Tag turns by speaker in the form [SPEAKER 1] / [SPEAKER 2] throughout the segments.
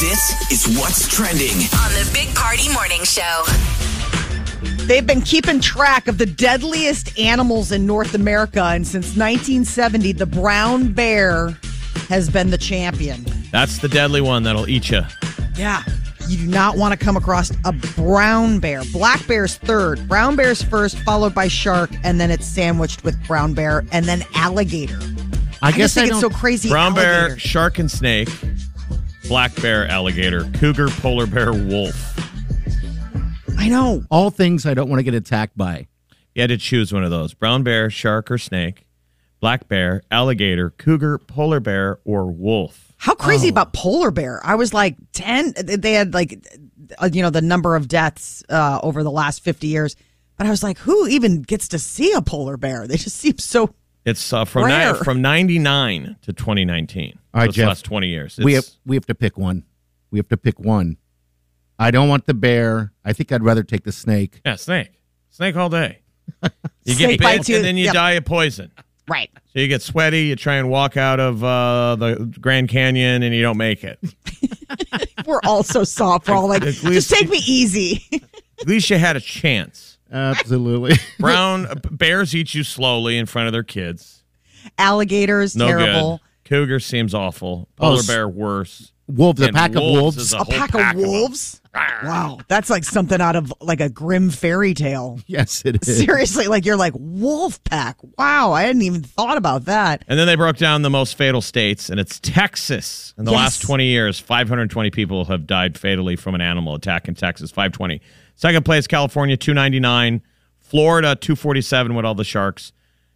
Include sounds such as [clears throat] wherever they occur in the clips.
[SPEAKER 1] This is what's trending.
[SPEAKER 2] on the Big Party Morning Show.
[SPEAKER 3] They've been keeping track of the deadliest animals in North America, and since 1970, the brown bear has been the champion.
[SPEAKER 4] That's the deadly one that'll eat you.
[SPEAKER 3] Yeah. You do not want to come across a brown bear. Black bear's third, brown bear's first, followed by shark, and then it's sandwiched with brown bear and then alligator.
[SPEAKER 4] I,
[SPEAKER 3] just think
[SPEAKER 4] I don't-
[SPEAKER 3] it's so crazy,
[SPEAKER 4] Brown bear,
[SPEAKER 3] alligator.
[SPEAKER 4] shark, and snake. Black bear, alligator, cougar, polar bear, wolf.
[SPEAKER 3] I know.
[SPEAKER 5] All things I don't want to get attacked by.
[SPEAKER 4] You had to choose one of those: brown bear, shark, or snake. Black bear, alligator, cougar, polar bear, or wolf.
[SPEAKER 3] How
[SPEAKER 4] Oh.
[SPEAKER 3] crazy about polar bear? I was like 10. They had like, uh, you know, the number of deaths uh, over the last 50 years. But I was like, who even gets to see a polar bear? They just seem so.
[SPEAKER 4] It's uh, from ni-
[SPEAKER 3] Rare.
[SPEAKER 4] from ninety nine to twenty nineteen.
[SPEAKER 5] All right,
[SPEAKER 4] it's
[SPEAKER 5] Jeff.
[SPEAKER 4] last twenty years.
[SPEAKER 5] we have
[SPEAKER 4] It's-
[SPEAKER 5] we have to pick one. We have to pick one. I don't want the bear. I think I'd rather take the snake.
[SPEAKER 4] yeah, snake, snake all
[SPEAKER 5] [laughs]
[SPEAKER 4] day. You
[SPEAKER 3] Snake
[SPEAKER 4] get
[SPEAKER 3] bites
[SPEAKER 4] bit
[SPEAKER 3] you-
[SPEAKER 4] and then you
[SPEAKER 3] yep.
[SPEAKER 4] die of poison.
[SPEAKER 3] Right.
[SPEAKER 4] So you get sweaty, you try and walk out of uh, the Grand Canyon, and you don't make it.
[SPEAKER 3] We're all so soft. We're all like,
[SPEAKER 4] At
[SPEAKER 3] just
[SPEAKER 4] least-
[SPEAKER 3] take me easy. [laughs]
[SPEAKER 4] At least you had a chance.
[SPEAKER 5] Absolutely.
[SPEAKER 4] Brown uh, bears eat you slowly in front of their kids.
[SPEAKER 3] Alligators,
[SPEAKER 4] No
[SPEAKER 3] terrible.
[SPEAKER 4] good. Cougar seems awful. Polar
[SPEAKER 5] Oh, s-
[SPEAKER 4] bear worse.
[SPEAKER 5] [laughs] wolves, a
[SPEAKER 4] And
[SPEAKER 5] pack of
[SPEAKER 4] wolves
[SPEAKER 5] wolves.
[SPEAKER 4] is a
[SPEAKER 3] A
[SPEAKER 4] whole
[SPEAKER 3] pack,
[SPEAKER 4] pack
[SPEAKER 3] of
[SPEAKER 4] of 'em. Ah.
[SPEAKER 3] wolves? Wow. That's like something out of like a grim fairy
[SPEAKER 4] [laughs]
[SPEAKER 3] tale.
[SPEAKER 5] [laughs] yes, it is.
[SPEAKER 3] Seriously, like you're like, wolf pack. Wow. I hadn't even thought about that.
[SPEAKER 4] And then they broke down the most fatal states, and it's Texas. In the
[SPEAKER 3] Yes.
[SPEAKER 4] last 20 years, 520 people have died fatally from an animal attack in Texas. 520. Second place, California, 299. Florida, 247 with all the sharks.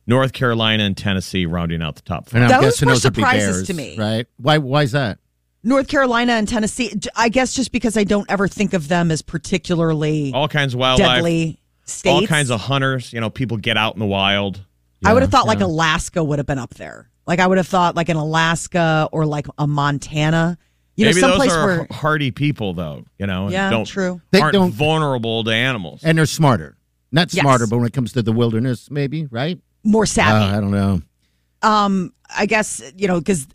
[SPEAKER 4] North Carolina and Tennessee rounding out the top five.
[SPEAKER 5] And I'm
[SPEAKER 3] Those
[SPEAKER 5] guessing
[SPEAKER 3] were
[SPEAKER 5] those would be
[SPEAKER 3] surprises
[SPEAKER 5] bears,
[SPEAKER 3] to me.
[SPEAKER 5] right? Why? Why is that?
[SPEAKER 3] North Carolina and Tennessee, j- I guess just because I don't ever think of them as particularly
[SPEAKER 4] All kinds of wildlife.
[SPEAKER 3] deadly states.
[SPEAKER 4] All kinds of hunters. You know, people get out in the wild.
[SPEAKER 3] I would have thought like Alaska would have been up there. Like I would have thought like an Alaska or like a Montana. You
[SPEAKER 4] Maybe
[SPEAKER 3] know,
[SPEAKER 4] those
[SPEAKER 3] someplace
[SPEAKER 4] are [laughs]
[SPEAKER 3] where
[SPEAKER 4] h- hardy people, though. You know, and
[SPEAKER 3] Yeah,
[SPEAKER 4] don't
[SPEAKER 3] true.
[SPEAKER 5] They
[SPEAKER 4] aren't
[SPEAKER 5] don't-
[SPEAKER 4] vulnerable to animals.
[SPEAKER 5] And they're smarter. Not
[SPEAKER 3] Yes.
[SPEAKER 5] smarter, but when it comes to the wilderness, maybe right?
[SPEAKER 3] more
[SPEAKER 5] Uh,
[SPEAKER 3] savvy.
[SPEAKER 5] I don't know.
[SPEAKER 3] um i guess you know because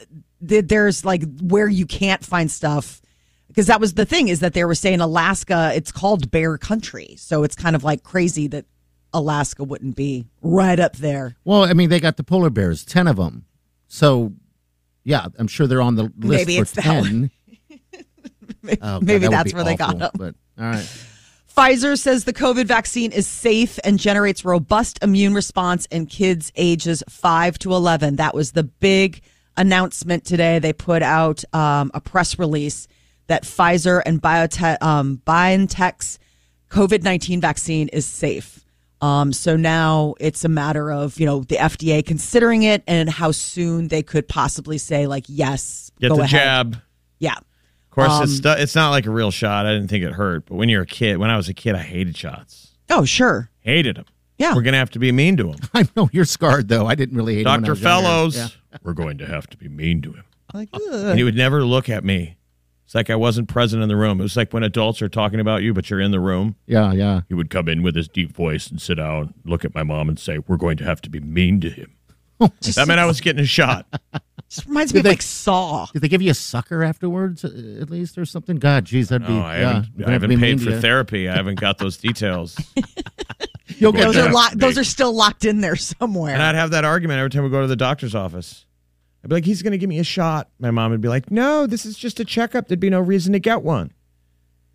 [SPEAKER 3] th- there's like where you can't find stuff because that was the thing is that they were saying alaska it's called bear country so it's kind of like crazy that alaska wouldn't be right up there [laughs]
[SPEAKER 5] Well, I mean, they got the polar bears, ten of them. So, yeah, I'm sure they're on the list
[SPEAKER 3] Maybe
[SPEAKER 5] for
[SPEAKER 3] it's that
[SPEAKER 5] ten.
[SPEAKER 3] maybe,
[SPEAKER 5] Oh, God,
[SPEAKER 3] maybe
[SPEAKER 5] that would
[SPEAKER 3] that's
[SPEAKER 5] be
[SPEAKER 3] where they got
[SPEAKER 5] awful,
[SPEAKER 3] them
[SPEAKER 5] But all right,
[SPEAKER 3] pfizer says the covid vaccine is safe and generates robust immune response in kids ages 5 to 11 that was the big announcement today they put out um, a press release that pfizer and biotech um, BioNTech's COVID 19 vaccine is safe. Um, so now it's a matter of, you know, the FDA considering it and how soon they could possibly say, like, yes,
[SPEAKER 4] get
[SPEAKER 3] go
[SPEAKER 4] the
[SPEAKER 3] ahead.
[SPEAKER 4] jab.
[SPEAKER 3] Yeah.
[SPEAKER 4] Of course,
[SPEAKER 3] Um,
[SPEAKER 4] it's stu- it's not like a real shot. I didn't think it hurt, but when you're a kid, when I was a kid, I hated shots.
[SPEAKER 3] Oh, sure.
[SPEAKER 4] Hated them.
[SPEAKER 3] Yeah.
[SPEAKER 4] We're gonna have to be mean
[SPEAKER 5] [laughs]
[SPEAKER 4] to him,
[SPEAKER 5] I know you're scarred though. I didn't really hate it when I
[SPEAKER 4] Doctor
[SPEAKER 5] was younger.
[SPEAKER 4] Fellows.
[SPEAKER 5] Yeah.
[SPEAKER 4] We're going to have to be mean to him,
[SPEAKER 3] Like,
[SPEAKER 4] and
[SPEAKER 3] ugh.
[SPEAKER 4] he would never look at me. It's like I wasn't present in the room. It was like when adults are talking about you, but you're in the room.
[SPEAKER 5] Yeah, yeah.
[SPEAKER 4] He would come in with his deep voice and sit down, look at my mom, and say, "We're going to have to be mean to
[SPEAKER 5] [laughs]
[SPEAKER 4] him."
[SPEAKER 5] Oh,
[SPEAKER 4] that meant I was getting a shot.
[SPEAKER 3] just reminds
[SPEAKER 5] Did
[SPEAKER 3] me of
[SPEAKER 5] they-
[SPEAKER 3] like Saw.
[SPEAKER 5] Did they give you a sucker afterwards, uh, at least, or something? God, geez, that'd be.
[SPEAKER 4] No, I
[SPEAKER 5] yeah,
[SPEAKER 4] haven't, I
[SPEAKER 5] You're gonna have to be
[SPEAKER 4] haven't
[SPEAKER 5] mean
[SPEAKER 4] paid
[SPEAKER 5] to
[SPEAKER 4] for
[SPEAKER 5] you.
[SPEAKER 4] therapy. I haven't got those
[SPEAKER 5] [laughs]
[SPEAKER 4] details.
[SPEAKER 5] You'll get
[SPEAKER 3] Those
[SPEAKER 5] there.
[SPEAKER 3] are, lo-
[SPEAKER 4] Big.
[SPEAKER 3] those are still locked in there somewhere.
[SPEAKER 4] and I'd have that argument every time we go to the doctor's office. I'd be like, he's going to give me a shot. My mom would be like, no, this is just a checkup. There'd be no reason to get one.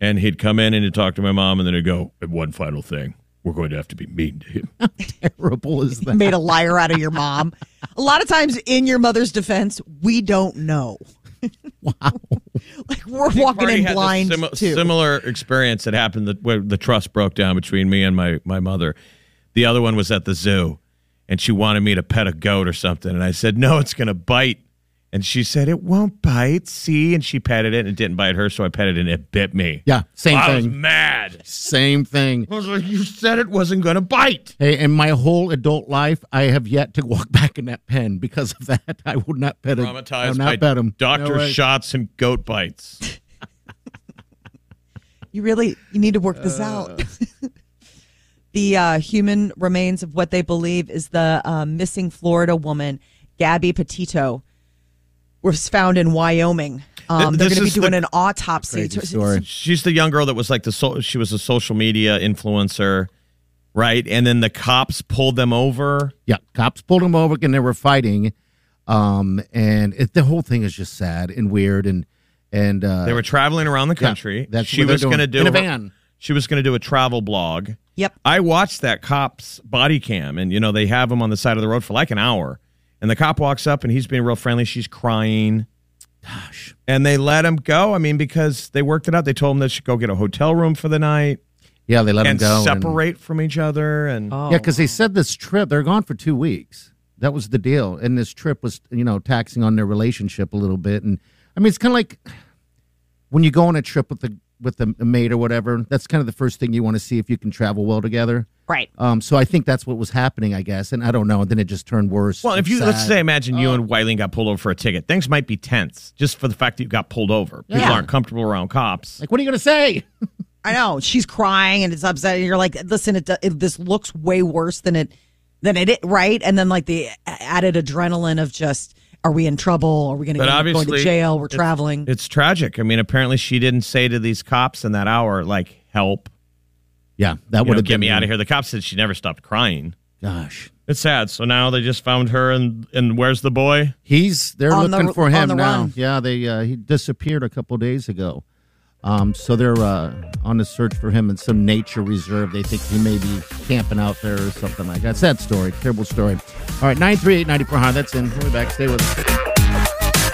[SPEAKER 4] And he'd come in and he'd talk to my mom, and then he'd go, and one final thing. We're going to have to be mean to him.
[SPEAKER 5] terrible as that. [laughs]
[SPEAKER 3] Made a liar out of your mom. a lot of times, in your mother's defense, we don't know. wow. [laughs] Like, we're walking
[SPEAKER 4] Marty
[SPEAKER 3] in
[SPEAKER 4] had this
[SPEAKER 3] blind.
[SPEAKER 4] simi-
[SPEAKER 3] too.
[SPEAKER 4] Similar experience that happened that where the trust broke down between me and my my mother. The other one was at the zoo, and she wanted me to pet a goat or something, and I said no, it's going to bite. And she said, It won't bite. See? And she petted it and it didn't bite her. So I petted it and it bit me.
[SPEAKER 5] Yeah, same
[SPEAKER 4] I was
[SPEAKER 5] thing.
[SPEAKER 4] mad.
[SPEAKER 5] Same thing.
[SPEAKER 4] I was like, You said it wasn't going to bite.
[SPEAKER 5] Hey, in my whole adult life, I have yet to walk [laughs] back in that pen because of that. I would not pet him. I
[SPEAKER 4] Traumatized
[SPEAKER 5] would
[SPEAKER 4] by
[SPEAKER 5] not pet him.
[SPEAKER 4] doctor
[SPEAKER 5] No way.
[SPEAKER 4] shots and goat bites.
[SPEAKER 3] You really you need to work
[SPEAKER 4] Uh.
[SPEAKER 3] this out. [laughs] the uh, human remains of what they believe is the uh, missing Florida woman, Gabby Petito, was found in Wyoming. Um, they're
[SPEAKER 4] this
[SPEAKER 3] going to
[SPEAKER 4] is
[SPEAKER 3] be doing
[SPEAKER 4] the-
[SPEAKER 3] an autopsy.
[SPEAKER 5] Crazy
[SPEAKER 3] to-
[SPEAKER 5] story.
[SPEAKER 4] She's the young girl that was like the so- she was a social media influencer, right? And then the cops pulled them over.
[SPEAKER 5] Yeah, cops pulled him over and they were fighting, um, and it, the whole thing is just sad and weird and and uh,
[SPEAKER 4] They were traveling around the
[SPEAKER 5] yeah,
[SPEAKER 4] country.
[SPEAKER 5] that's
[SPEAKER 4] she
[SPEAKER 5] what they're
[SPEAKER 4] was
[SPEAKER 5] doing.
[SPEAKER 4] going to do
[SPEAKER 5] in a
[SPEAKER 4] her-
[SPEAKER 5] van.
[SPEAKER 4] She was going to do a travel blog.
[SPEAKER 3] Yep.
[SPEAKER 4] I watched that cop's body cam, and you know they have him on the side of the road for like an hour, and the cop walks up and he's being real friendly. She's crying. Gosh. And they let him go. I mean, because they worked it out. They told him they should go get a hotel room for the night
[SPEAKER 5] Yeah, they let
[SPEAKER 4] and
[SPEAKER 5] him go and- Oh,
[SPEAKER 4] separate from each other. And
[SPEAKER 5] yeah, because they said this trip they're gone for two weeks. That was the deal, and this trip was you know taxing on their relationship a little bit. And I mean, it's kind of like when you go on a trip with the with a mate or whatever. That's kind of the first thing you want to see if you can travel well together.
[SPEAKER 3] Right.
[SPEAKER 5] Um, so I think that's what was happening, I guess, and I don't know. And then it just turned worse.
[SPEAKER 4] well, if
[SPEAKER 5] It's
[SPEAKER 4] you let's
[SPEAKER 5] sad.
[SPEAKER 4] say imagine you and Wyling got pulled over for a ticket, things might be tense just for the fact that you got pulled over. People
[SPEAKER 5] Yeah.
[SPEAKER 4] aren't comfortable around cops.
[SPEAKER 5] like, what are you gonna say? [laughs]
[SPEAKER 3] I know she's crying and it's upset. And you're like, listen, it, do- it this looks way worse than it than it i- right. And then like the a- added adrenaline of just, are we in trouble? Are we going to
[SPEAKER 4] But
[SPEAKER 3] go going to
[SPEAKER 4] obviously,
[SPEAKER 3] jail? We're
[SPEAKER 4] it's-
[SPEAKER 3] traveling.
[SPEAKER 4] It's tragic. I mean, apparently she didn't say to these cops in that hour, like, help.
[SPEAKER 5] Yeah, that
[SPEAKER 4] you
[SPEAKER 5] would
[SPEAKER 4] know,
[SPEAKER 5] have
[SPEAKER 4] get
[SPEAKER 5] been
[SPEAKER 4] me out of here. The cop said she never stopped crying.
[SPEAKER 5] Gosh,
[SPEAKER 4] It's sad. So now they just found her, and and where's the boy?
[SPEAKER 5] he's they're
[SPEAKER 3] On the-
[SPEAKER 5] looking for
[SPEAKER 3] on
[SPEAKER 5] him
[SPEAKER 3] the
[SPEAKER 5] now.
[SPEAKER 3] run.
[SPEAKER 5] Yeah, they uh, he disappeared a couple days ago. Um, so they're uh, on the search for him in some nature reserve. They think he may be camping out there or something like that. Sad story, terrible story. All right, nine three eight ninety four hundred. That's in. We'll be back. Stay with us.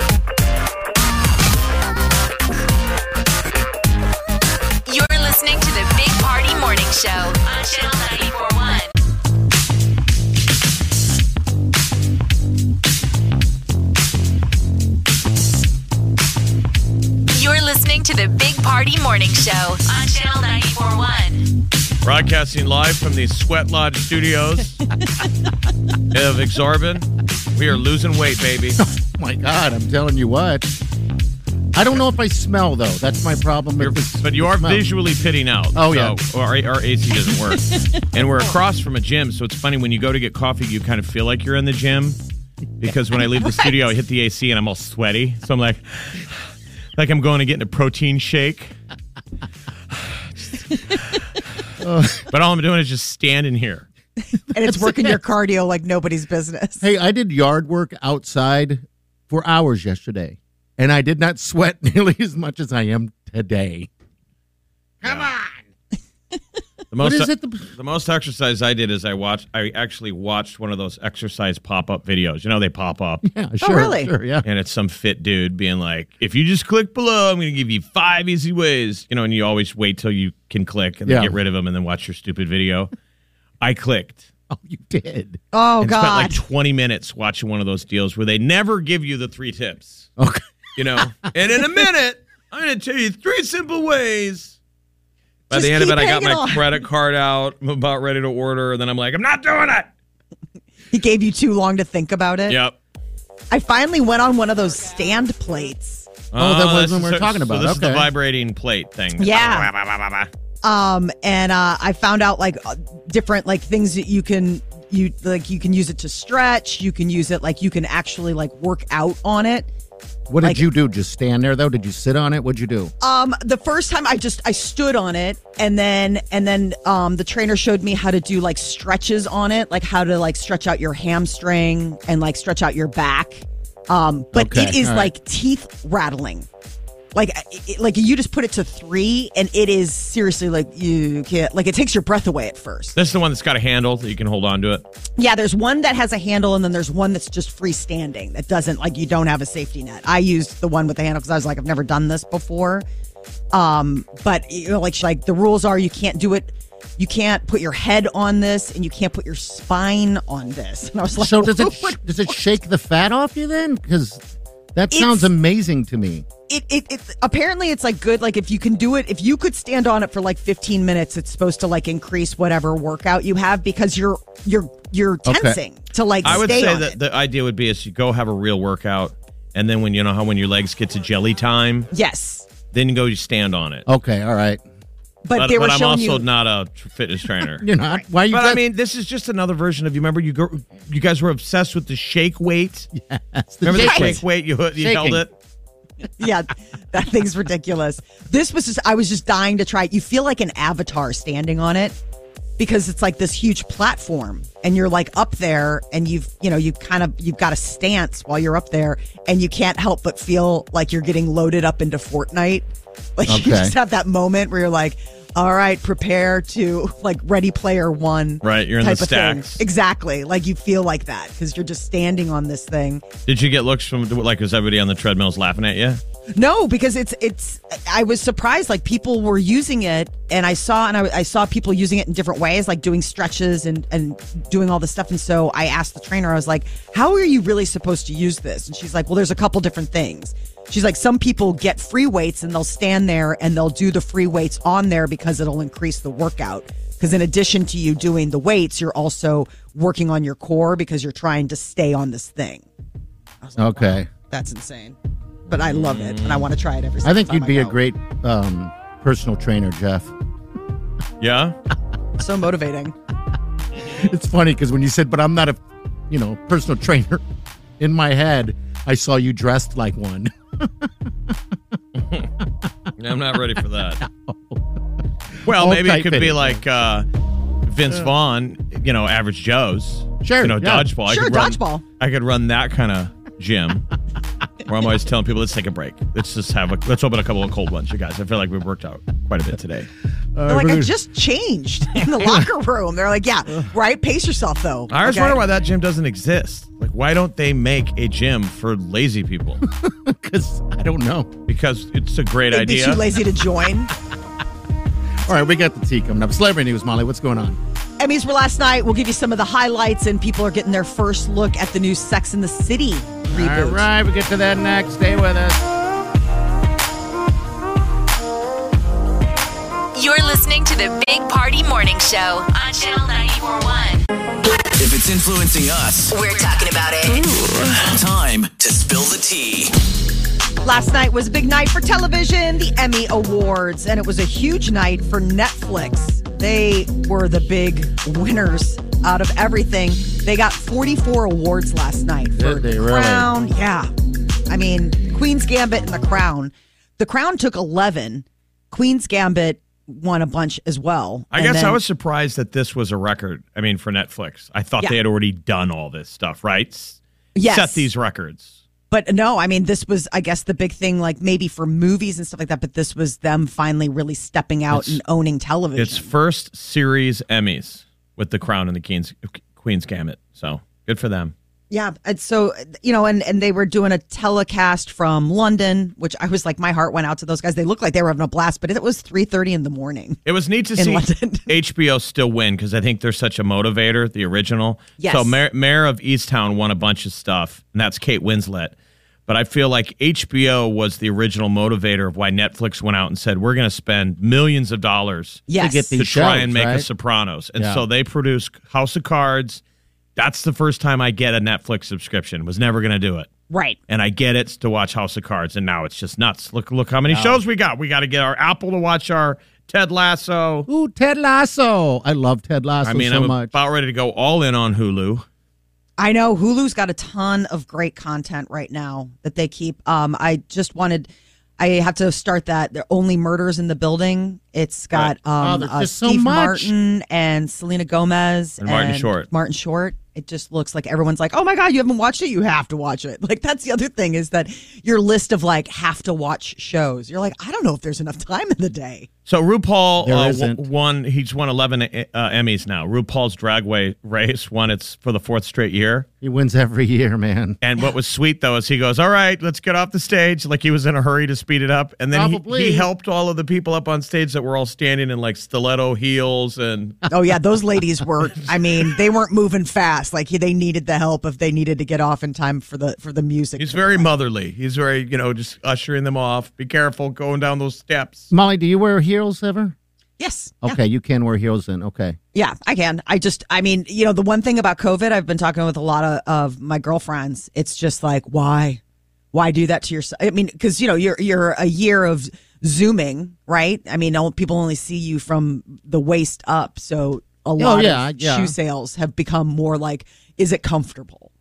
[SPEAKER 2] You're listening to the Big Party Morning Show on Channel 941. You're listening to the Big Party Morning Show on Channel 941.
[SPEAKER 4] Broadcasting live from the Sweat Lodge Studios of Exarban. We are losing weight, baby.
[SPEAKER 5] Oh my God, I'm telling you what. I don't know if I smell though. That's my problem.
[SPEAKER 4] You're-
[SPEAKER 5] with this-
[SPEAKER 4] but you
[SPEAKER 5] the
[SPEAKER 4] are
[SPEAKER 5] smell.
[SPEAKER 4] visually pitting out. so
[SPEAKER 5] Oh, yeah.
[SPEAKER 4] Our, our AC doesn't
[SPEAKER 5] [laughs]
[SPEAKER 4] work, and we're across from a gym, so it's funny when you go to get coffee, you kind of feel like you're in the gym. Because when I
[SPEAKER 5] [laughs]
[SPEAKER 4] leave the studio, I hit the AC and I'm all sweaty, so I'm like, like I'm going to get in a protein
[SPEAKER 5] [laughs]
[SPEAKER 4] shake. but all I'm doing is just standing here.
[SPEAKER 3] and it's
[SPEAKER 4] [laughs]
[SPEAKER 3] working your cardio like nobody's business.
[SPEAKER 5] Hey, I did yard work outside for hours yesterday, and I did not sweat [laughs] nearly as much as I am today.
[SPEAKER 4] The
[SPEAKER 5] What
[SPEAKER 4] most
[SPEAKER 5] is it? The-
[SPEAKER 4] the most exercise I did is I watched. I actually watched one of those exercise pop up videos. You know they pop up.
[SPEAKER 5] Yeah, sure.
[SPEAKER 3] really?
[SPEAKER 5] Sure, yeah. [laughs]
[SPEAKER 4] and it's some fit dude being like, if you just click below, I'm going to give you five easy ways. You know, and you always wait till you can click and
[SPEAKER 5] Yeah.
[SPEAKER 4] then get rid of them and then watch your stupid video. I clicked.
[SPEAKER 5] Oh, you did.
[SPEAKER 3] Oh
[SPEAKER 4] and spent
[SPEAKER 3] God.
[SPEAKER 4] like 20 minutes watching one of those deals where they never give you the three tips,
[SPEAKER 5] Okay.
[SPEAKER 4] you know? and in a minute, I'm going to tell you three simple ways. By
[SPEAKER 3] Just
[SPEAKER 4] the end of
[SPEAKER 3] keep
[SPEAKER 4] it, I got my
[SPEAKER 3] hanging on.
[SPEAKER 4] credit card out. I'm about ready to order. And then I'm like, I'm not doing it.
[SPEAKER 3] he gave you too long to think about it.
[SPEAKER 4] Yep.
[SPEAKER 3] I finally went on one was stand plates.
[SPEAKER 5] Oh, that was
[SPEAKER 4] Uh, this
[SPEAKER 5] what we
[SPEAKER 4] is-
[SPEAKER 5] were talking about.
[SPEAKER 4] So this is
[SPEAKER 5] Okay.
[SPEAKER 4] the vibrating plate thing. [laughs]
[SPEAKER 3] Yeah. Um, and uh, I found out like uh, different like things that you can you like you can use it to stretch. You can use it like you can actually like work out on it.
[SPEAKER 5] What did
[SPEAKER 3] Like-
[SPEAKER 5] you do? Just stand there though? Did you sit on it? What'd you do?
[SPEAKER 3] Um, the first time I just I stood on it, and then and then um, the trainer showed me how to do like stretches on it, like how to like stretch out your hamstring and like stretch out your back. Um, but
[SPEAKER 5] Okay,
[SPEAKER 3] it is
[SPEAKER 5] all right.
[SPEAKER 3] like teeth rattling. Like, it- it, like you just put it to three, and it is seriously like you can't. Like it takes your breath away at first.
[SPEAKER 4] This is the one that's got a handle that you can hold on to it.
[SPEAKER 3] Yeah, there's one that has a handle, and then there's one that's just freestanding that doesn't like you don't have a safety net. I used the one with the handle because I was like, I've never done this before. Um, but you know, like like the rules are you can't do it, you can't put your head on this, and you can't put your spine on this. And I was
[SPEAKER 5] [laughs]
[SPEAKER 3] like,
[SPEAKER 5] So does it
[SPEAKER 3] [laughs] what-
[SPEAKER 5] does it shake the fat off you then? Because That sounds amazing to me.
[SPEAKER 3] It, it, it apparently it's like good. Like if you can do it, if you could stand on it for like 15 minutes, it's supposed to like increase whatever workout you have because you're you're you're
[SPEAKER 5] Okay.
[SPEAKER 3] tensing to like.
[SPEAKER 4] I would
[SPEAKER 3] stay
[SPEAKER 4] say
[SPEAKER 3] on
[SPEAKER 4] that
[SPEAKER 3] it.
[SPEAKER 4] the idea would be is you go have a real workout, and then when you know how when your legs get to jelly time,
[SPEAKER 3] yes,
[SPEAKER 4] then go stand on it.
[SPEAKER 5] Okay, all right.
[SPEAKER 3] Oh, but,
[SPEAKER 4] But,
[SPEAKER 3] they were
[SPEAKER 4] but I'm
[SPEAKER 3] showing
[SPEAKER 4] also
[SPEAKER 3] you.
[SPEAKER 4] not a tr- fitness
[SPEAKER 3] [laughs]
[SPEAKER 4] trainer.
[SPEAKER 5] You're not. Why you?
[SPEAKER 4] But
[SPEAKER 5] got,
[SPEAKER 4] I mean, this is just another version of you. Remember, you go, you guys were obsessed with the shake
[SPEAKER 3] [laughs]
[SPEAKER 4] weight.
[SPEAKER 5] that's the
[SPEAKER 4] Remember the
[SPEAKER 5] difference.
[SPEAKER 4] shake weight? You you held
[SPEAKER 5] Shaking.
[SPEAKER 4] it.
[SPEAKER 3] yeah, that thing's ridiculous. This was just, I was just dying to try it. You feel like an avatar standing on it because it's like this huge platform and you're like up there and you've, you know, you kind of, you've got a stance while you're up there and you can't help but feel like you're getting loaded up into Fortnite. [laughs] Like
[SPEAKER 5] Okay.
[SPEAKER 3] you just have that moment where you're like, all right, prepare to like ready player one.
[SPEAKER 4] Right, you're in
[SPEAKER 3] type
[SPEAKER 4] the
[SPEAKER 3] of thing.
[SPEAKER 4] stacks.
[SPEAKER 3] Exactly. Like you feel like that because you're just standing on this thing.
[SPEAKER 4] Did you get looks from like was everybody on the treadmills laughing at you?
[SPEAKER 3] No, because it's it's. I was surprised. Like people were using it, and I saw and I, I saw people using it in different ways, like doing stretches and and doing all this stuff. And so I asked the trainer, I was like, "How are you really supposed to use this?" And she's like, "Well, there's a couple different things." She's like, "Some people get free weights and they'll stand there and they'll do the free weights on there because it'll increase the workout." Because in addition to you doing the weights, you're also working on your core because you're trying to stay on this thing.
[SPEAKER 5] Okay.
[SPEAKER 3] That's insane. But I love it, and I want to try it every single
[SPEAKER 5] I think
[SPEAKER 3] time
[SPEAKER 5] you'd be a
[SPEAKER 3] go.
[SPEAKER 5] great um, personal trainer, Jeff.
[SPEAKER 4] Yeah.
[SPEAKER 3] So motivating.
[SPEAKER 5] It's funny because when you said, "But I'm not a, you know, personal trainer," in my head, I saw you dressed like one.
[SPEAKER 4] Yeah, I'm not ready for [laughs] that. Well,
[SPEAKER 5] All
[SPEAKER 4] maybe it
[SPEAKER 5] tight
[SPEAKER 4] could be
[SPEAKER 5] fitting.
[SPEAKER 4] like uh, Vince Vaughn, you know, Average Joe's.
[SPEAKER 5] Sure,
[SPEAKER 4] You know,
[SPEAKER 5] yeah.
[SPEAKER 4] dodgeball.
[SPEAKER 3] Sure,
[SPEAKER 4] I could run,
[SPEAKER 3] dodgeball.
[SPEAKER 4] I could run that kind of [laughs] gym where I'm always telling people, let's take a break. Let's just have a, let's open a couple of cold ones, you guys. I feel like we've worked out quite a bit today.
[SPEAKER 3] They're [laughs] like, I just changed in the locker room. They're like, yeah, right? Pace yourself, though.
[SPEAKER 4] [laughs] I always
[SPEAKER 3] okay?
[SPEAKER 4] wonder why that gym doesn't exist. Like, why don't they make a gym for lazy
[SPEAKER 3] [laughs]
[SPEAKER 4] people?
[SPEAKER 5] Because I don't know.
[SPEAKER 4] Because it's a great
[SPEAKER 3] They'd be
[SPEAKER 4] idea.
[SPEAKER 3] too lazy to join.
[SPEAKER 5] All right, we got the tea coming up. Celebrity news, Molly. What's going on?
[SPEAKER 3] Emmys were last night. We'll give you some of the highlights, and people are getting their first look at the new Sex in the City
[SPEAKER 5] All
[SPEAKER 3] reboot.
[SPEAKER 5] right, we get to that next. Stay with us.
[SPEAKER 2] You're listening to the Big Party Morning Show on Channel 941.
[SPEAKER 1] If it's influencing us,
[SPEAKER 2] We're talking about it.
[SPEAKER 1] time to spill the tea.
[SPEAKER 3] Last night was a big night for television, the Emmy Awards, and it was a huge night for Netflix. They were the big winners out of everything. They got 44 awards last night for
[SPEAKER 5] Did they
[SPEAKER 3] The
[SPEAKER 5] really?
[SPEAKER 3] Crown. Yeah. I mean, Queen's Gambit and The Crown. The Crown took 11. Queen's Gambit won a bunch as well.
[SPEAKER 4] I
[SPEAKER 3] And
[SPEAKER 4] guess I
[SPEAKER 3] then-
[SPEAKER 4] was surprised that this was a record. I mean, for Netflix, I thought
[SPEAKER 3] Yeah.
[SPEAKER 4] they had already done all this stuff, right? S-
[SPEAKER 3] Yes.
[SPEAKER 4] Set these records.
[SPEAKER 3] But no, I mean, this was, I guess, the big thing, like maybe for movies and stuff like that, but this was them finally really stepping out and owning television.
[SPEAKER 4] Its first series Emmys with The Crown and the Queen's, Queen's Gambit. So good for them.
[SPEAKER 3] Yeah, and so you know, and and they were doing a telecast from London, which I was like, my heart went out to those guys. They looked like they were having a blast, but it was three thirty in the morning.
[SPEAKER 4] It was neat to see
[SPEAKER 3] London. [laughs]
[SPEAKER 4] HBO still win because I think they're such a motivator, the original.
[SPEAKER 3] Yes.
[SPEAKER 4] So Mayor, Mayor of Easttown won a bunch of stuff, and that's Kate Winslet. But I feel like HBO was the original motivator of why Netflix went out and said, we're going to spend millions of dollars
[SPEAKER 3] Yes,
[SPEAKER 5] get
[SPEAKER 4] to
[SPEAKER 5] these
[SPEAKER 4] try
[SPEAKER 5] shows,
[SPEAKER 4] and make a
[SPEAKER 5] right?
[SPEAKER 4] Sopranos. And
[SPEAKER 5] Yeah.
[SPEAKER 4] so they produced House of Cards. That's the first time I get a Netflix subscription. Was never going to do it.
[SPEAKER 3] right.
[SPEAKER 4] And I get it to watch House of Cards, and now it's just nuts. Look, look how many shows we got. We got to get our Apple to watch our Ted Lasso.
[SPEAKER 5] Ooh, Ted Lasso. I love Ted Lasso
[SPEAKER 4] I mean,
[SPEAKER 5] so
[SPEAKER 4] I'm
[SPEAKER 5] much.
[SPEAKER 4] about ready to go all in on Hulu.
[SPEAKER 3] I know Hulu's got a ton of great content right now that they keep. Um, I just wanted, I have to start that. There are only murders in the building. It's got um,
[SPEAKER 5] Oh, there's
[SPEAKER 3] uh,
[SPEAKER 5] just so
[SPEAKER 3] Steve
[SPEAKER 5] much.
[SPEAKER 3] Martin and Selena Gomez
[SPEAKER 4] And Martin Short.
[SPEAKER 3] Martin Short. It just looks like everyone's like, oh my god, you haven't watched it. You have to watch it. [laughs] Like that's the other thing is that your list of like have to watch shows. You're like, I don't know if there's enough [laughs] time in the day.
[SPEAKER 4] So RuPaul
[SPEAKER 5] There
[SPEAKER 4] uh,
[SPEAKER 5] isn't.
[SPEAKER 4] w- won. He's won eleven uh, Emmys now. RuPaul's Drag Wa- Race won its for the fourth straight year.
[SPEAKER 5] He wins every year, man.
[SPEAKER 4] And what was sweet though is he goes, "All right, let's get off the stage." Like he was in a hurry to speed it up, and then he,
[SPEAKER 5] Probably.
[SPEAKER 4] he helped all of the people up on stage that were all standing in like stiletto heels and
[SPEAKER 3] Oh yeah, those ladies were. I mean, they weren't moving fast. Like they needed the help if they needed to get off in time for the for the music.
[SPEAKER 4] He's very motherly. He's very, you know, just ushering them off. Be careful going down those steps.
[SPEAKER 5] Molly, do you wear heels ever?
[SPEAKER 6] Yes.
[SPEAKER 5] Okay, you can wear heels then. Okay.
[SPEAKER 3] Yeah, I can. I just, I mean, you know, the one thing about COVID, I've been talking with a lot of, of my girlfriends. It's just like, why, why do that to yourself? I mean, because you know, you're you're a year of zooming, right? I mean, all, people only see you from the waist up, so a
[SPEAKER 4] Oh,
[SPEAKER 3] lot
[SPEAKER 5] yeah,
[SPEAKER 3] of
[SPEAKER 5] yeah.
[SPEAKER 3] shoe sales have become more like, is it comfortable?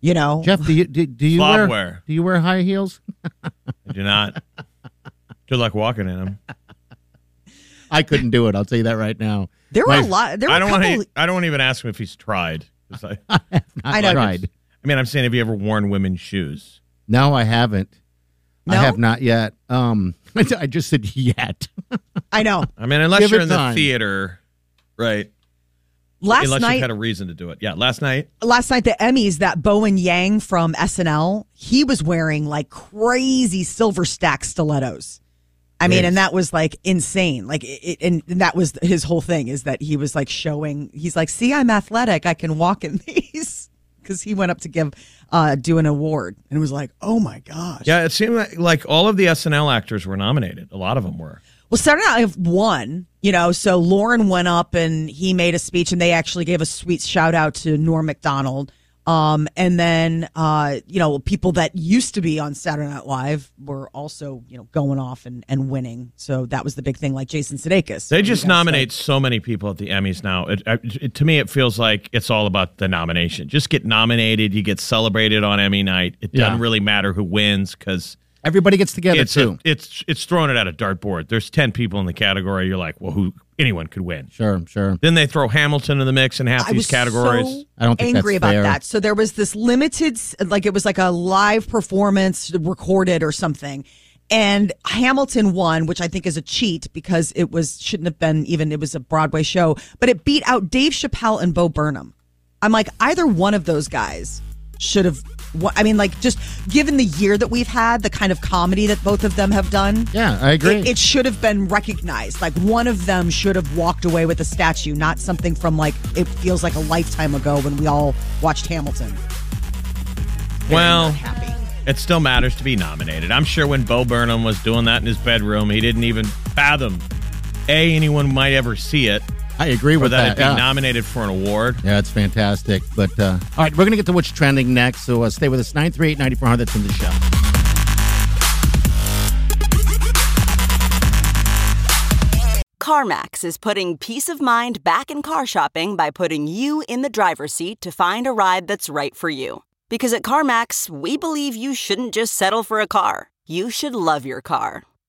[SPEAKER 3] You know,
[SPEAKER 5] Jeff, do you do, do you
[SPEAKER 4] Bob
[SPEAKER 5] wear,
[SPEAKER 4] wear.
[SPEAKER 5] do you wear high heels?
[SPEAKER 4] I do not. Good luck walking in them.
[SPEAKER 5] I couldn't do it. I'll tell you that right now.
[SPEAKER 3] there were a
[SPEAKER 5] My-
[SPEAKER 3] lot. There were
[SPEAKER 4] I don't
[SPEAKER 3] a
[SPEAKER 4] want
[SPEAKER 3] couple.
[SPEAKER 4] to. I don't want to even ask him if he's tried. 'Cause I, I
[SPEAKER 3] I know.
[SPEAKER 5] tried.
[SPEAKER 4] mean, I'm saying, have you ever worn women's shoes?
[SPEAKER 5] No, I haven't. I
[SPEAKER 3] No?
[SPEAKER 5] have not yet. Um, [laughs] I just said yet.
[SPEAKER 3] I know.
[SPEAKER 4] I mean, unless
[SPEAKER 5] Give
[SPEAKER 4] you're
[SPEAKER 5] it
[SPEAKER 4] in
[SPEAKER 5] time.
[SPEAKER 4] the theater, right?
[SPEAKER 3] Last
[SPEAKER 4] unless
[SPEAKER 3] night,
[SPEAKER 4] you've had a reason to do it. Yeah, last night.
[SPEAKER 3] last night the Emmys that Bowen Yang from SNL he was wearing like crazy silver stack stilettos. I mean, and that was like insane. Like, it, it- and that was his whole thing is that he was like showing. He's like, "See, I'm athletic. I can walk in [laughs] these." Because he went up to give uh, do an award and was like, "Oh my gosh!"
[SPEAKER 4] Yeah, it seemed like, like all of the SNL actors were nominated. A lot of them were.
[SPEAKER 3] Well, Saturday Night Live won, you know, so Lauren went up and he made a speech, and they actually gave a sweet shout out to Norm MacDonald. Um, and then, uh, you know, people that used to be on Saturday Night Live were also, you know, going off and, and winning. So that was the big thing, like Jason Sudeikis.
[SPEAKER 4] They just nominate so many people at the Emmys now. It, I- it, to me, it feels like it's all about the nomination. Just get nominated, you get celebrated on Emmy night. It
[SPEAKER 5] Yeah.
[SPEAKER 4] doesn't really matter who wins because
[SPEAKER 5] Everybody gets together
[SPEAKER 4] it's
[SPEAKER 5] too.
[SPEAKER 4] a, it's it's throwing it at a dartboard. There's ten people in the category. You're like, well, who anyone could win.
[SPEAKER 5] sure, sure.
[SPEAKER 4] Then they throw Hamilton in the mix in half
[SPEAKER 3] I
[SPEAKER 4] these
[SPEAKER 3] was
[SPEAKER 4] categories.
[SPEAKER 3] so
[SPEAKER 5] I don't think
[SPEAKER 3] angry
[SPEAKER 5] that's
[SPEAKER 3] about
[SPEAKER 5] fair.
[SPEAKER 3] that. So there was this limited, like it was like a live performance recorded or something. And Hamilton won, which I think is a cheat because it was shouldn't have been even. It was a Broadway show, but it beat out Dave Chappelle and Bo Burnham. I'm like either one of those guys should have. won- I mean, like just given the year that we've had, the kind of comedy that both of them have done.
[SPEAKER 5] Yeah, I agree.
[SPEAKER 3] It, it should have been recognized. Like one of them should have walked away with a statue, not something from like it feels like a lifetime ago when we all watched Hamilton.
[SPEAKER 4] well,
[SPEAKER 3] Happy.
[SPEAKER 4] it still matters to be nominated. I'm sure when Bo Burnham was doing that in his bedroom, he didn't even fathom a anyone might ever see it
[SPEAKER 5] I agree
[SPEAKER 4] or
[SPEAKER 5] with
[SPEAKER 4] that it'd be
[SPEAKER 5] that. yeah.
[SPEAKER 4] nominated for an award.
[SPEAKER 5] Yeah, it's fantastic. But uh, all right, we're going to get to what's trending next. So uh, stay with us. 938 9400. That's in the show.
[SPEAKER 7] CarMax is putting peace of mind back in car shopping by putting you in the driver's seat to find a ride that's right for you. Because at CarMax, we believe you shouldn't just settle for a car, you should love your car.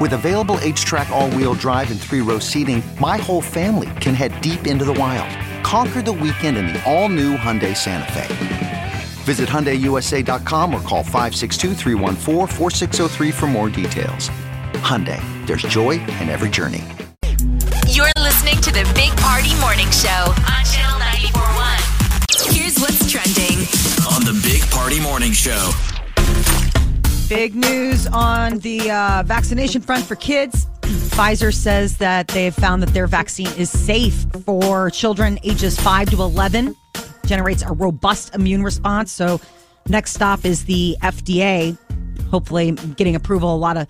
[SPEAKER 8] With available H track, all wheel drive, and three row seating, my whole family can head deep into the wild. Conquer the weekend in the all new Hyundai Santa Fe. Visit HyundaiUSA.com or call 562-314-4603 for more details. Hyundai, there's joy in every journey.
[SPEAKER 2] You're listening to the Big Party Morning Show on Channel 941. Here's what's trending.
[SPEAKER 9] on the Big Party Morning Show.
[SPEAKER 3] Big news on the uh, vaccination front for kids. [clears throat] Pfizer says that they've found that their vaccine is safe for children ages 5 to 11, generates a robust immune response. So, next stop is the FDA, hopefully getting approval. A lot of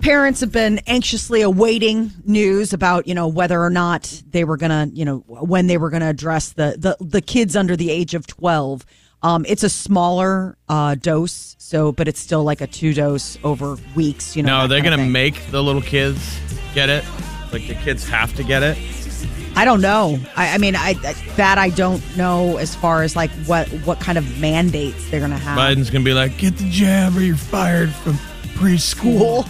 [SPEAKER 3] parents have been anxiously awaiting news about, you know, whether or not they were going to, you know, when they were going to address the, the, the kids under the age of 12. Um, it's a smaller uh, dose, so but it's still like a two dose over weeks. You know,
[SPEAKER 4] No,
[SPEAKER 3] that
[SPEAKER 4] they're
[SPEAKER 3] kind of
[SPEAKER 4] gonna
[SPEAKER 3] thing.
[SPEAKER 4] make the little kids get it. Like the kids have to get it.
[SPEAKER 3] Uh-huh. I don't know. I, I mean, I that I don't know as far as like what what kind of mandates they're gonna have.
[SPEAKER 4] Biden's gonna be like, get the jab or you're fired from preschool.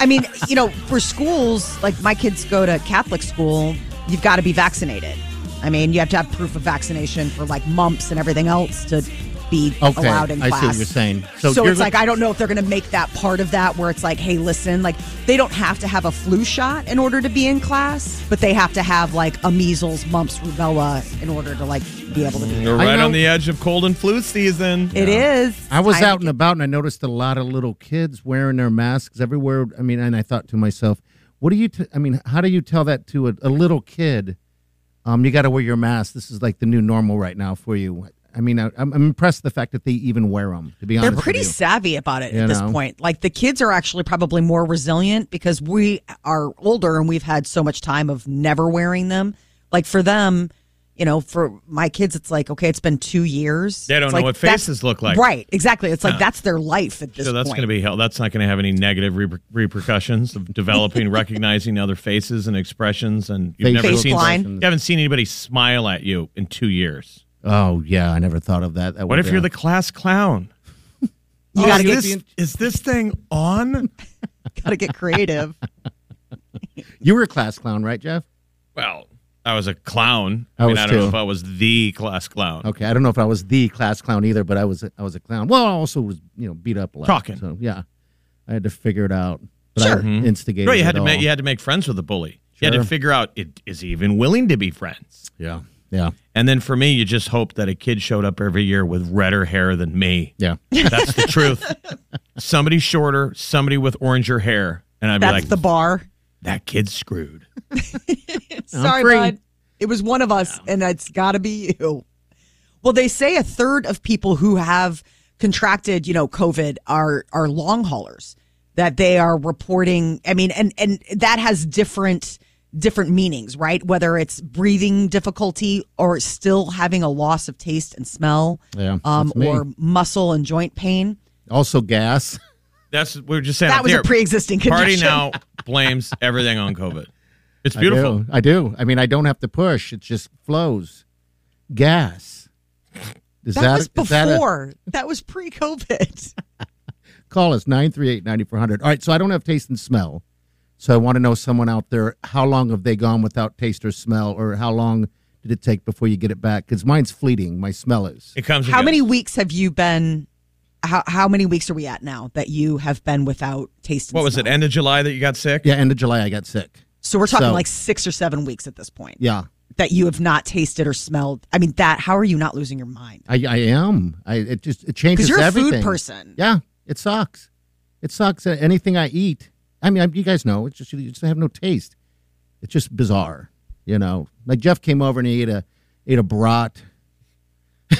[SPEAKER 3] I mean, you know, for schools, like my kids go to Catholic school, you've got to be vaccinated. I mean, you have to have proof of vaccination for like mumps and everything else to be
[SPEAKER 5] Okay,
[SPEAKER 3] allowed in
[SPEAKER 5] I see
[SPEAKER 3] class.
[SPEAKER 5] what you're saying.
[SPEAKER 3] So,
[SPEAKER 5] So you're
[SPEAKER 3] it's
[SPEAKER 5] go-
[SPEAKER 3] like I don't know if they're going to make that part of that where it's like, hey, listen, like they don't have to have a flu shot in order to be in class, but they have to have like a measles, mumps, rubella in order to like be able to be.
[SPEAKER 4] You're
[SPEAKER 5] I
[SPEAKER 4] right
[SPEAKER 5] know-
[SPEAKER 4] on the edge of cold and flu season.
[SPEAKER 3] It is.
[SPEAKER 5] I was
[SPEAKER 3] Time to
[SPEAKER 5] out and about and I noticed a lot of little kids wearing their masks everywhere. I mean, and I thought to myself, what do you, t- I mean, how do you tell that to a, a little kid? Um, you got to wear your mask. This is like the new normal right now for you. I mean, I, I'm I'm impressed the fact that they even wear them, to be honest.
[SPEAKER 3] They're pretty
[SPEAKER 5] with you.
[SPEAKER 3] savvy about it
[SPEAKER 5] You
[SPEAKER 3] at this
[SPEAKER 5] know?
[SPEAKER 3] point. Like the kids are actually probably more resilient because we are older and we've had so much time of never wearing them. Like for them, you know, for my kids, it's like okay, it's been two years.
[SPEAKER 4] They don't
[SPEAKER 3] It's
[SPEAKER 4] know
[SPEAKER 3] like,
[SPEAKER 4] what
[SPEAKER 3] that's-
[SPEAKER 4] faces look like.
[SPEAKER 3] Right, exactly. It's like that's their life at this
[SPEAKER 4] So that's
[SPEAKER 3] point.
[SPEAKER 4] going to be hell. That's not going to have any negative reper- repercussions of
[SPEAKER 3] [laughs]
[SPEAKER 4] developing, recognizing other faces and expressions, and you've never
[SPEAKER 5] Facial
[SPEAKER 4] seen
[SPEAKER 3] blind.
[SPEAKER 4] you haven't seen anybody smile at you in two years.
[SPEAKER 5] Oh, yeah. I never thought of that. that
[SPEAKER 4] What if
[SPEAKER 5] would,
[SPEAKER 4] you're
[SPEAKER 5] uh,
[SPEAKER 4] the class clown?
[SPEAKER 3] you
[SPEAKER 4] Oh,
[SPEAKER 3] gotta
[SPEAKER 4] is this,
[SPEAKER 3] get
[SPEAKER 4] is this thing
[SPEAKER 3] [laughs]
[SPEAKER 4] on?
[SPEAKER 3] gotta
[SPEAKER 4] [laughs]
[SPEAKER 3] get creative.
[SPEAKER 5] You were a class clown, right, Jeff?
[SPEAKER 4] Well, I was a clown.
[SPEAKER 5] I
[SPEAKER 4] I, mean,
[SPEAKER 5] was
[SPEAKER 4] I don't know
[SPEAKER 5] too.
[SPEAKER 4] if I was the class clown.
[SPEAKER 5] Okay, I don't know if I was the class clown either, but I was a, I was a clown. Well, I also was you know beat up a lot.
[SPEAKER 4] Talking.
[SPEAKER 5] So yeah, I had to figure it out. But I instigated.
[SPEAKER 4] Right, you had
[SPEAKER 5] it
[SPEAKER 4] to make
[SPEAKER 5] all.
[SPEAKER 4] you had to make friends with the bully. You had
[SPEAKER 5] Sure.
[SPEAKER 4] to figure out it, is he even willing to be friends.
[SPEAKER 5] Yeah, yeah,
[SPEAKER 4] And then for me, you just hope that a kid showed up every year with redder hair than me.
[SPEAKER 5] yeah.
[SPEAKER 4] That's the truth. Somebody shorter, somebody with oranger hair, and I'd be
[SPEAKER 3] That's
[SPEAKER 4] like,
[SPEAKER 3] the bar.
[SPEAKER 4] that kid's screwed.
[SPEAKER 3] Sorry,
[SPEAKER 5] free.
[SPEAKER 3] bud. It was one of us, and it's got to be you. Well, they say a third of people who have contracted, you know, COVID are are long haulers. That they are reporting. I mean, and and that has different different meanings, right? Whether it's breathing difficulty or still having a loss of taste and smell,
[SPEAKER 5] Yeah,
[SPEAKER 3] um,
[SPEAKER 5] that's me.
[SPEAKER 3] or muscle and joint pain.
[SPEAKER 5] Also, gas. [laughs]
[SPEAKER 4] That's we are just saying.
[SPEAKER 3] That
[SPEAKER 4] up
[SPEAKER 3] was a
[SPEAKER 4] there.
[SPEAKER 3] pre-existing
[SPEAKER 4] Party
[SPEAKER 3] condition.
[SPEAKER 4] now blames everything on COVID. It's beautiful.
[SPEAKER 5] I do. I do. I mean, I don't have to push. It just flows. Gas. Is
[SPEAKER 3] That, was
[SPEAKER 5] is that a-
[SPEAKER 3] before. That, was pre-COVID.
[SPEAKER 5] call us 938-9400 all right so i don't have taste and smell so i want to know someone out there how long have they gone without taste or smell or how long did it take before you get it back because mine's fleeting my smell is
[SPEAKER 4] It comes. and
[SPEAKER 3] How
[SPEAKER 4] goes.
[SPEAKER 3] many weeks have you been? How, how many weeks are we at now that you have been without taste? And
[SPEAKER 4] What was it?
[SPEAKER 3] smell?
[SPEAKER 4] End of July that you got sick.
[SPEAKER 5] yeah end of july i got sick
[SPEAKER 3] So we're talking
[SPEAKER 5] So-
[SPEAKER 3] like six or seven weeks at this point
[SPEAKER 5] yeah
[SPEAKER 3] that you have not tasted or smelled. I mean, that how are you not losing your mind?
[SPEAKER 5] i, I am i it just it changes
[SPEAKER 3] Because you're a food
[SPEAKER 5] everything.
[SPEAKER 3] person.
[SPEAKER 5] yeah it sucks it sucks at anything i eat i mean I, you guys know it's just you just have no taste it's just bizarre you know like jeff came over and he ate a ate a brat [laughs]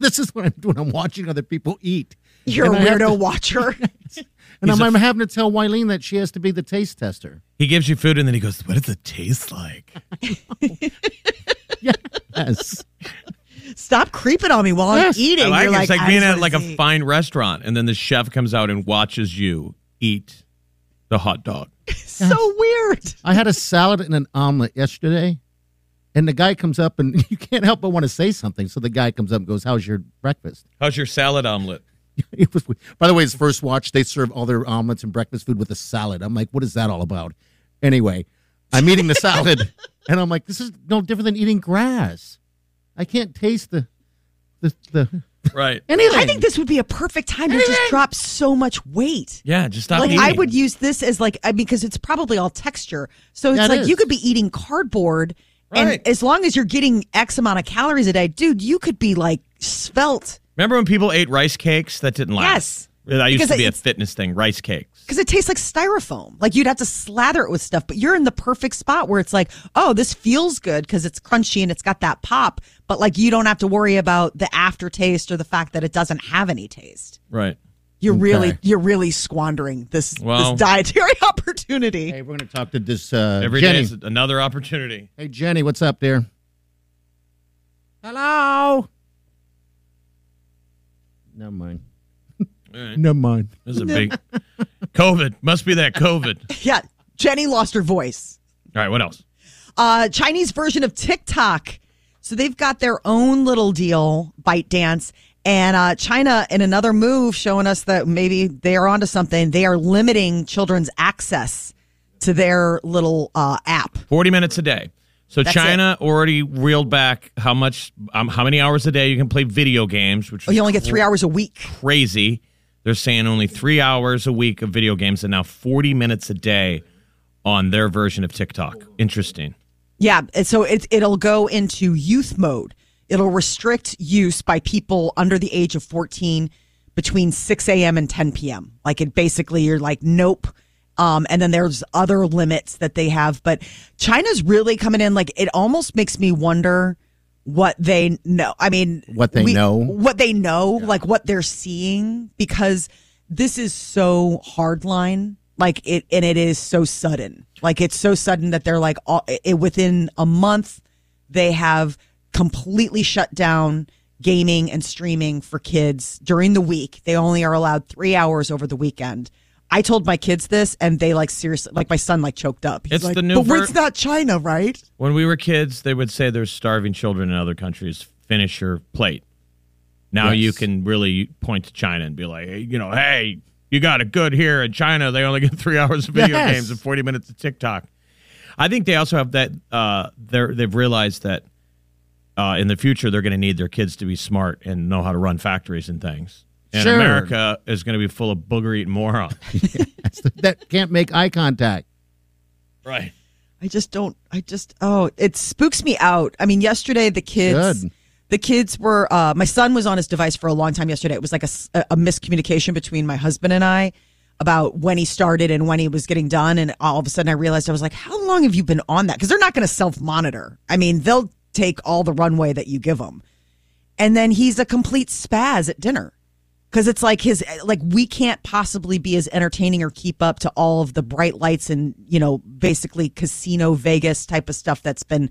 [SPEAKER 5] this is what i'm doing i'm watching other people eat
[SPEAKER 3] You're
[SPEAKER 5] And
[SPEAKER 3] a
[SPEAKER 5] I have
[SPEAKER 3] weirdo
[SPEAKER 5] to- [laughs]
[SPEAKER 3] watcher.
[SPEAKER 5] And
[SPEAKER 4] He's
[SPEAKER 5] I'm,
[SPEAKER 4] a-
[SPEAKER 5] I'm having to tell Wileen that she has to be the taste tester. [laughs]
[SPEAKER 4] He gives you food and then he goes, "What does it taste like?"
[SPEAKER 5] Yes.
[SPEAKER 3] Stop creeping on me while
[SPEAKER 5] Yes.
[SPEAKER 3] I'm eating.
[SPEAKER 4] I like
[SPEAKER 3] You're
[SPEAKER 4] it. It's like
[SPEAKER 3] I
[SPEAKER 4] being
[SPEAKER 3] just
[SPEAKER 4] at
[SPEAKER 3] wanna
[SPEAKER 4] like a
[SPEAKER 3] see.
[SPEAKER 4] fine restaurant, and then the chef comes out and watches you eat the hot dog.
[SPEAKER 3] so weird.
[SPEAKER 5] I had a salad and an omelet yesterday, and the guy comes up and [laughs] you can't help but want to say something. So the guy comes up and goes, How's your breakfast?
[SPEAKER 4] How's your salad omelet?
[SPEAKER 5] [laughs] It was, by the way, his first watch, they serve all their omelets and breakfast food with a salad. I'm like, What is that all about? Anyway, I'm eating
[SPEAKER 4] [laughs]
[SPEAKER 5] the salad, and I'm like, This is no different than eating grass. I can't taste the, the,
[SPEAKER 4] [laughs]
[SPEAKER 5] the
[SPEAKER 4] Right.
[SPEAKER 5] anything.
[SPEAKER 3] I think this would be a perfect time to just drop so much weight.
[SPEAKER 4] Yeah. Just stop.
[SPEAKER 3] like
[SPEAKER 4] eating.
[SPEAKER 3] I would use this as like I because it's probably all texture. So it's
[SPEAKER 5] Yeah, it
[SPEAKER 3] like you
[SPEAKER 5] is.
[SPEAKER 3] could be eating cardboard
[SPEAKER 4] Right.
[SPEAKER 3] and as long as you're getting X amount of calories a day, dude, you could be like svelte
[SPEAKER 4] Remember when people ate rice cakes? That didn't last. Yes. That used
[SPEAKER 3] Because
[SPEAKER 4] to be a
[SPEAKER 3] it's-
[SPEAKER 4] fitness thing. Rice cakes.
[SPEAKER 3] because it tastes like styrofoam. Like you'd have to slather it with stuff, but you're in the perfect spot where it's like, oh, this feels good because it's crunchy and it's got that pop, but like you don't have to worry about the aftertaste or the fact that it doesn't have any taste.
[SPEAKER 4] Right.
[SPEAKER 3] You're really
[SPEAKER 5] Okay.
[SPEAKER 3] you're really squandering this
[SPEAKER 4] Well-
[SPEAKER 3] this dietary [laughs] opportunity.
[SPEAKER 5] Hey, we're going to talk to this uh,
[SPEAKER 4] Every day
[SPEAKER 5] Jenny.
[SPEAKER 4] is another opportunity.
[SPEAKER 5] Hey, Jenny, what's up, dear? Hello. Never mind.
[SPEAKER 4] All right.
[SPEAKER 5] [laughs] Never mind.
[SPEAKER 3] [laughs]
[SPEAKER 4] This is a big COVID. Must be that COVID.
[SPEAKER 3] Yeah. Jenny lost her voice.
[SPEAKER 4] All right, what else?
[SPEAKER 3] Uh, Chinese version of TikTok. So they've got their own little deal, Byte Dance. And uh, China, in another move, showing us that maybe they are onto something. They are limiting children's access to their little uh, app.
[SPEAKER 4] 40 minutes a day. So
[SPEAKER 3] That's
[SPEAKER 4] China already reeled back how much, um, how many hours a day you can play video games, which
[SPEAKER 3] Oh, You
[SPEAKER 4] is
[SPEAKER 3] only get three hours a week.
[SPEAKER 4] crazy. They're saying only three hours a week of video games and now 40 minutes a day on their version of TikTok. Interesting.
[SPEAKER 3] Yeah, and so it, it'll go into youth mode. It'll restrict use by people under the age of 14 between 6 a.m. and 10 p.m. Like it basically, you're like, nope. Um, and then there's other limits that they have. But China's really coming in. Like it almost makes me wonder what they know. I mean,
[SPEAKER 5] What they know.
[SPEAKER 3] What they know, like what they're seeing, because this is so hardline. Like it, and it is so sudden. Like it's so sudden that they're like, all, it, within a month, they have completely shut down gaming and streaming for kids during the week. They only are allowed three hours over the weekend. I told my kids this, and they like seriously, like my son, like choked up. He's
[SPEAKER 4] It's
[SPEAKER 3] like,
[SPEAKER 4] the new
[SPEAKER 3] but
[SPEAKER 4] ver-
[SPEAKER 3] it's not China, right?
[SPEAKER 4] When we were kids, they would say there's starving children in other countries. Finish your plate. Now you can really point to China and be like, hey, you know, hey, you got it good here in China. They only get [laughs] three hours of video
[SPEAKER 5] Yes.
[SPEAKER 4] games and 40 minutes of TikTok. I think they also have that. Uh, they're, they've realized that uh, in the future they're going to need their kids to be smart and know how to run factories and things. And
[SPEAKER 5] Sure.
[SPEAKER 4] America is going to be full of booger eating
[SPEAKER 3] [laughs]
[SPEAKER 4] morons.
[SPEAKER 5] that can't make eye contact.
[SPEAKER 4] right.
[SPEAKER 3] I just don't. I just oh, it spooks me out. I mean, yesterday the kids,
[SPEAKER 5] Good.
[SPEAKER 3] the kids were. Uh, my son was on his device for a long time yesterday. It was like a, s- a miscommunication between my husband and I about when he started and when he was getting done. And all of a sudden, I realized I was like, "How long have you been on that?" Because they're not going to self monitor. I mean, they'll take all the runway that you give them. And then he's a complete spaz at dinner because it's like his like we can't possibly be as entertaining or keep up to all of the bright lights and you know basically casino vegas type of stuff that's been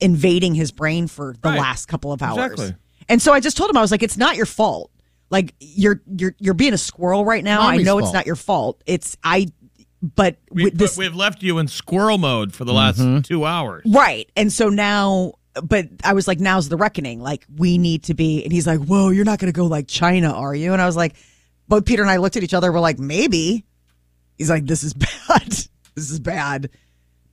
[SPEAKER 3] invading his brain for the
[SPEAKER 4] Right.
[SPEAKER 3] last couple of hours
[SPEAKER 4] Exactly.
[SPEAKER 3] and so i just told him i was like it's not your fault like you're you're you're being a squirrel right now i
[SPEAKER 5] Mommy's
[SPEAKER 3] know it's
[SPEAKER 5] fault.
[SPEAKER 3] not your fault it's i but
[SPEAKER 4] We,
[SPEAKER 3] with this Mm-hmm.
[SPEAKER 4] but we've left you in squirrel mode for the last two hours.
[SPEAKER 3] Right. And so now, but I was like, now's the reckoning. Like, we need to be. And he's like, whoa, you're not going to go like China, are you? And I was like, both Peter and I looked at each other. We're like, maybe. He's like, this is [laughs] bad. this is bad.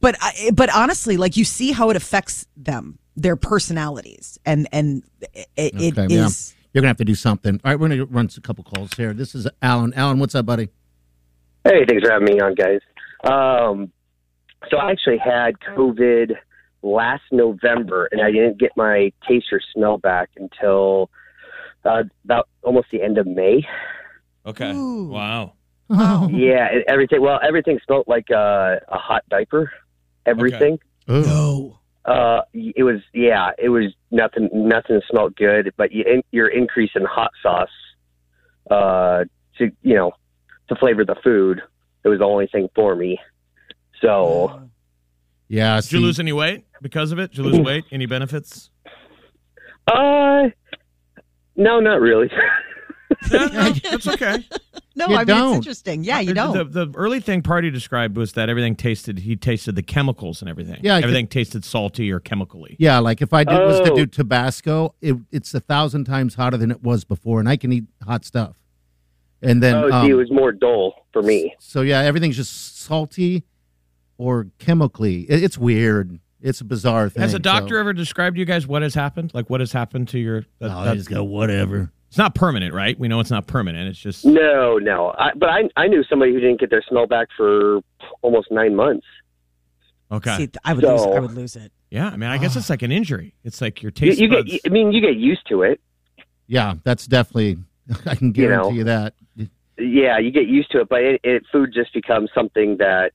[SPEAKER 3] But I, but honestly, like you see how it affects them, their personalities, and and it, it
[SPEAKER 5] Okay, yeah.
[SPEAKER 3] is-
[SPEAKER 5] You're gonna have to do something. All right, we're gonna run a couple calls here. This is Alan. Alan, what's up, buddy?
[SPEAKER 10] Hey, thanks for having me on, guys. Um, so I actually had COVID last November, and I didn't get my taste or smell back until uh, about almost the end of May.
[SPEAKER 4] Okay.
[SPEAKER 3] Ooh.
[SPEAKER 4] Wow.
[SPEAKER 11] Oh.
[SPEAKER 10] Yeah, and everything. Well, everything smelled like uh, a hot diaper. Everything.
[SPEAKER 3] no.
[SPEAKER 10] Uh, it was yeah, it was nothing. Nothing smelled good, but you, in, your increase in hot sauce uh, to you know to flavor the food, it was the only thing for me. So.
[SPEAKER 5] Yeah.
[SPEAKER 4] Did you
[SPEAKER 5] see-
[SPEAKER 4] lose any weight because of it? Did you lose weight? Any
[SPEAKER 5] [laughs]
[SPEAKER 4] benefits?
[SPEAKER 10] Uh, no, not really.
[SPEAKER 4] No, no, that's
[SPEAKER 5] [laughs]
[SPEAKER 4] okay.
[SPEAKER 3] No,
[SPEAKER 5] You
[SPEAKER 3] I mean
[SPEAKER 5] don't. Uh,
[SPEAKER 3] it's interesting. Yeah, you
[SPEAKER 4] The,
[SPEAKER 3] don't.
[SPEAKER 4] the the early thing Party described was that everything tasted. He tasted the chemicals and everything.
[SPEAKER 5] Yeah, I
[SPEAKER 4] everything tasted salty or chemically.
[SPEAKER 5] Yeah, like if I did was to
[SPEAKER 10] Oh.
[SPEAKER 5] do Tabasco, it, it's a thousand times hotter than it was before, and I can eat hot stuff. And then,
[SPEAKER 10] oh,
[SPEAKER 5] um,
[SPEAKER 10] see, it was more dull for me.
[SPEAKER 5] so yeah, everything's just salty or chemically. It, it's weird. It's a bizarre thing.
[SPEAKER 4] Has a doctor
[SPEAKER 5] So.
[SPEAKER 4] ever described to you guys what has happened? Like what has happened to your? that-
[SPEAKER 5] No, I
[SPEAKER 4] that-
[SPEAKER 5] Oh, just go whatever.
[SPEAKER 4] it's not permanent, right? We know it's not permanent. It's just
[SPEAKER 10] No, no. I, but I, I knew somebody who didn't get their smell back for almost nine months.
[SPEAKER 4] okay.
[SPEAKER 3] See, I would lose. I would lose it.
[SPEAKER 4] yeah, I mean, I guess it's like an injury. It's like your
[SPEAKER 10] You,
[SPEAKER 4] taste
[SPEAKER 10] you
[SPEAKER 4] buds.
[SPEAKER 10] get, I mean, you get used to it.
[SPEAKER 5] Yeah, that's definitely. [laughs] I can
[SPEAKER 10] You know.
[SPEAKER 5] guarantee you that.
[SPEAKER 10] Yeah, you get used to it, but it, it food just becomes something that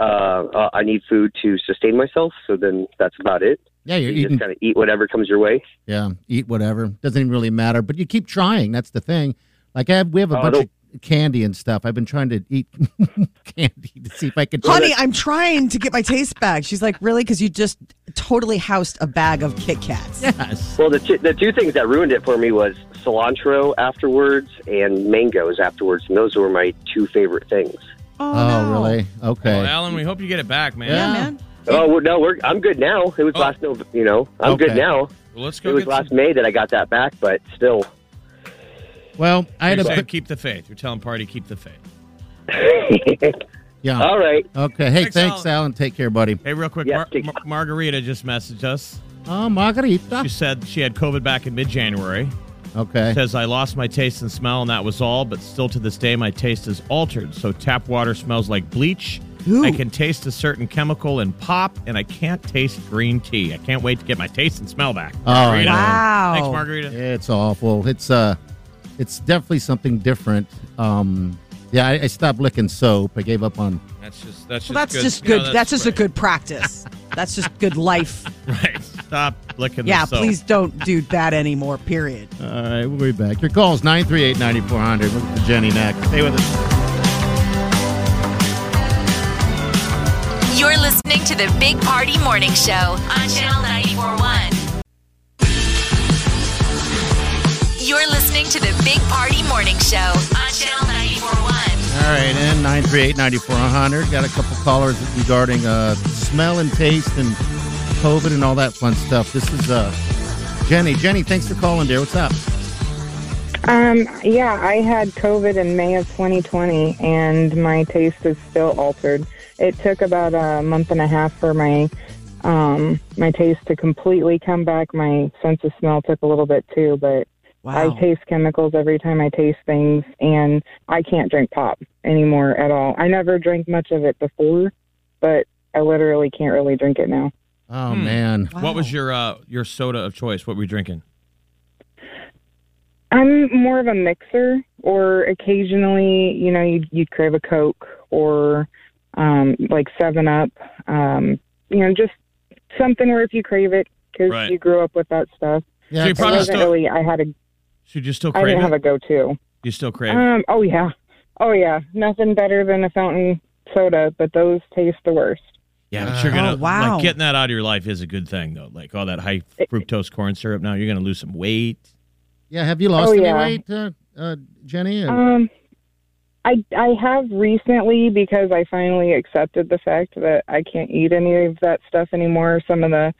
[SPEAKER 10] uh, uh, I need food to sustain myself. So then that's about it.
[SPEAKER 5] Yeah, you're
[SPEAKER 10] You
[SPEAKER 5] eating
[SPEAKER 10] just kind of eat whatever comes your way.
[SPEAKER 5] Yeah, eat whatever. Doesn't even really matter. But you keep trying. That's the thing. Like I have, we have a
[SPEAKER 10] Oh,
[SPEAKER 5] bunch of candy and stuff. I've been trying to eat [laughs] candy to see if I could.
[SPEAKER 3] Honey, I'm trying to get my taste back. She's like, really? Because you just totally housed a bag of Kit Kats.
[SPEAKER 5] yes.
[SPEAKER 10] Well, the two, the two things that ruined it for me was cilantro afterwards and mangoes afterwards, and those were my two favorite things.
[SPEAKER 5] Oh, really? Okay.
[SPEAKER 4] Well, Alan, we hope you get it back, man.
[SPEAKER 5] Yeah.
[SPEAKER 3] man.
[SPEAKER 10] Oh we're, no, we're I'm good now. It was
[SPEAKER 4] Oh.
[SPEAKER 10] last November. You know, I'm good
[SPEAKER 5] Okay.
[SPEAKER 10] now.
[SPEAKER 4] Well, let's
[SPEAKER 10] It
[SPEAKER 4] go
[SPEAKER 10] was
[SPEAKER 4] get
[SPEAKER 10] last
[SPEAKER 4] some.
[SPEAKER 10] May that I got that back, but still. [laughs]
[SPEAKER 5] Well, I had
[SPEAKER 4] You're
[SPEAKER 5] a
[SPEAKER 4] saying
[SPEAKER 5] bit-
[SPEAKER 4] keep the faith. You're telling party keep the faith.
[SPEAKER 5] yeah.
[SPEAKER 10] All right.
[SPEAKER 5] Okay. Hey,
[SPEAKER 4] Thanks,
[SPEAKER 5] thanks,
[SPEAKER 4] Alan.
[SPEAKER 5] Alan. Take care, buddy.
[SPEAKER 4] Hey, real quick,
[SPEAKER 10] Yeah,
[SPEAKER 4] Mar-
[SPEAKER 10] take-
[SPEAKER 4] Mar- Margarita just messaged us.
[SPEAKER 5] Oh, Margarita.
[SPEAKER 3] [laughs]
[SPEAKER 4] She said she had COVID back in mid-January.
[SPEAKER 5] Okay.
[SPEAKER 4] Says I lost my taste and smell, and that was all. But still, to this day, my taste is altered. So tap water smells like bleach. I can taste a certain chemical in pop, and I can't taste green tea. I can't wait to get my taste and smell back.
[SPEAKER 5] Oh, I know.
[SPEAKER 3] Wow.
[SPEAKER 4] Thanks, Margarita.
[SPEAKER 5] It's awful. It's uh, it's definitely something different. Um, yeah, I, I stopped licking soap. I gave up on.
[SPEAKER 4] That's just that's just
[SPEAKER 3] Well, that's
[SPEAKER 4] good.
[SPEAKER 3] just
[SPEAKER 4] you know,
[SPEAKER 3] good. that's just a
[SPEAKER 4] right.
[SPEAKER 3] good practice. that's just good life.
[SPEAKER 4] Right. Stop licking. the
[SPEAKER 3] Yeah,
[SPEAKER 4] soap.
[SPEAKER 3] please don't do that anymore. Period.
[SPEAKER 5] All right, we'll be back. Your call's 938 9400. We'll get to Jenny next. Stay with us.
[SPEAKER 2] You're listening to the Big Party Morning Show on Channel 941. You're listening to the Big Party Morning Show on Channel 941.
[SPEAKER 5] All right, and 938 9400. Got a couple callers regarding uh, smell and taste and COVID and all that fun stuff. This is uh, Jenny. Jenny, thanks for calling, dear. What's up?
[SPEAKER 11] Um, yeah, I had COVID in May of 2020, and my taste is still altered. It took about a month and a half for my um, my taste to completely come back. My sense of smell took a little bit too, but
[SPEAKER 3] Wow.
[SPEAKER 11] I taste chemicals every time I taste things, and I can't drink pop anymore at all. I never drank much of it before, but I literally can't really drink it now.
[SPEAKER 5] Oh, man.
[SPEAKER 3] Wow.
[SPEAKER 4] What was your uh, your soda of choice? What were you drinking?
[SPEAKER 11] I'm more of a mixer, or occasionally, you know, you'd, you'd crave a Coke or um, like Seven Up, um, you know, just something where if you crave it, because
[SPEAKER 4] Right.
[SPEAKER 11] you grew up with that stuff.
[SPEAKER 5] Yeah,
[SPEAKER 4] So you
[SPEAKER 5] it's-
[SPEAKER 11] It
[SPEAKER 4] probably
[SPEAKER 11] wasn't
[SPEAKER 4] still,
[SPEAKER 11] really. I had a.
[SPEAKER 4] should you still
[SPEAKER 11] I
[SPEAKER 4] crave
[SPEAKER 11] didn't have
[SPEAKER 4] it?
[SPEAKER 11] a go-to.
[SPEAKER 4] you still crave it?
[SPEAKER 11] Um. Oh yeah. Oh yeah. Nothing better than a fountain soda, but those taste the worst.
[SPEAKER 4] Yeah, but you're gonna
[SPEAKER 3] Oh, wow.
[SPEAKER 4] like getting that out of your life is a good thing though. Like all that high fructose corn syrup. Now you're gonna lose some weight.
[SPEAKER 5] yeah, have you lost
[SPEAKER 11] Oh,
[SPEAKER 5] any
[SPEAKER 11] yeah.
[SPEAKER 5] weight, uh, uh, Jenny?
[SPEAKER 11] Um, I I have recently because I finally accepted the fact that I can't eat any of that stuff anymore. Some of the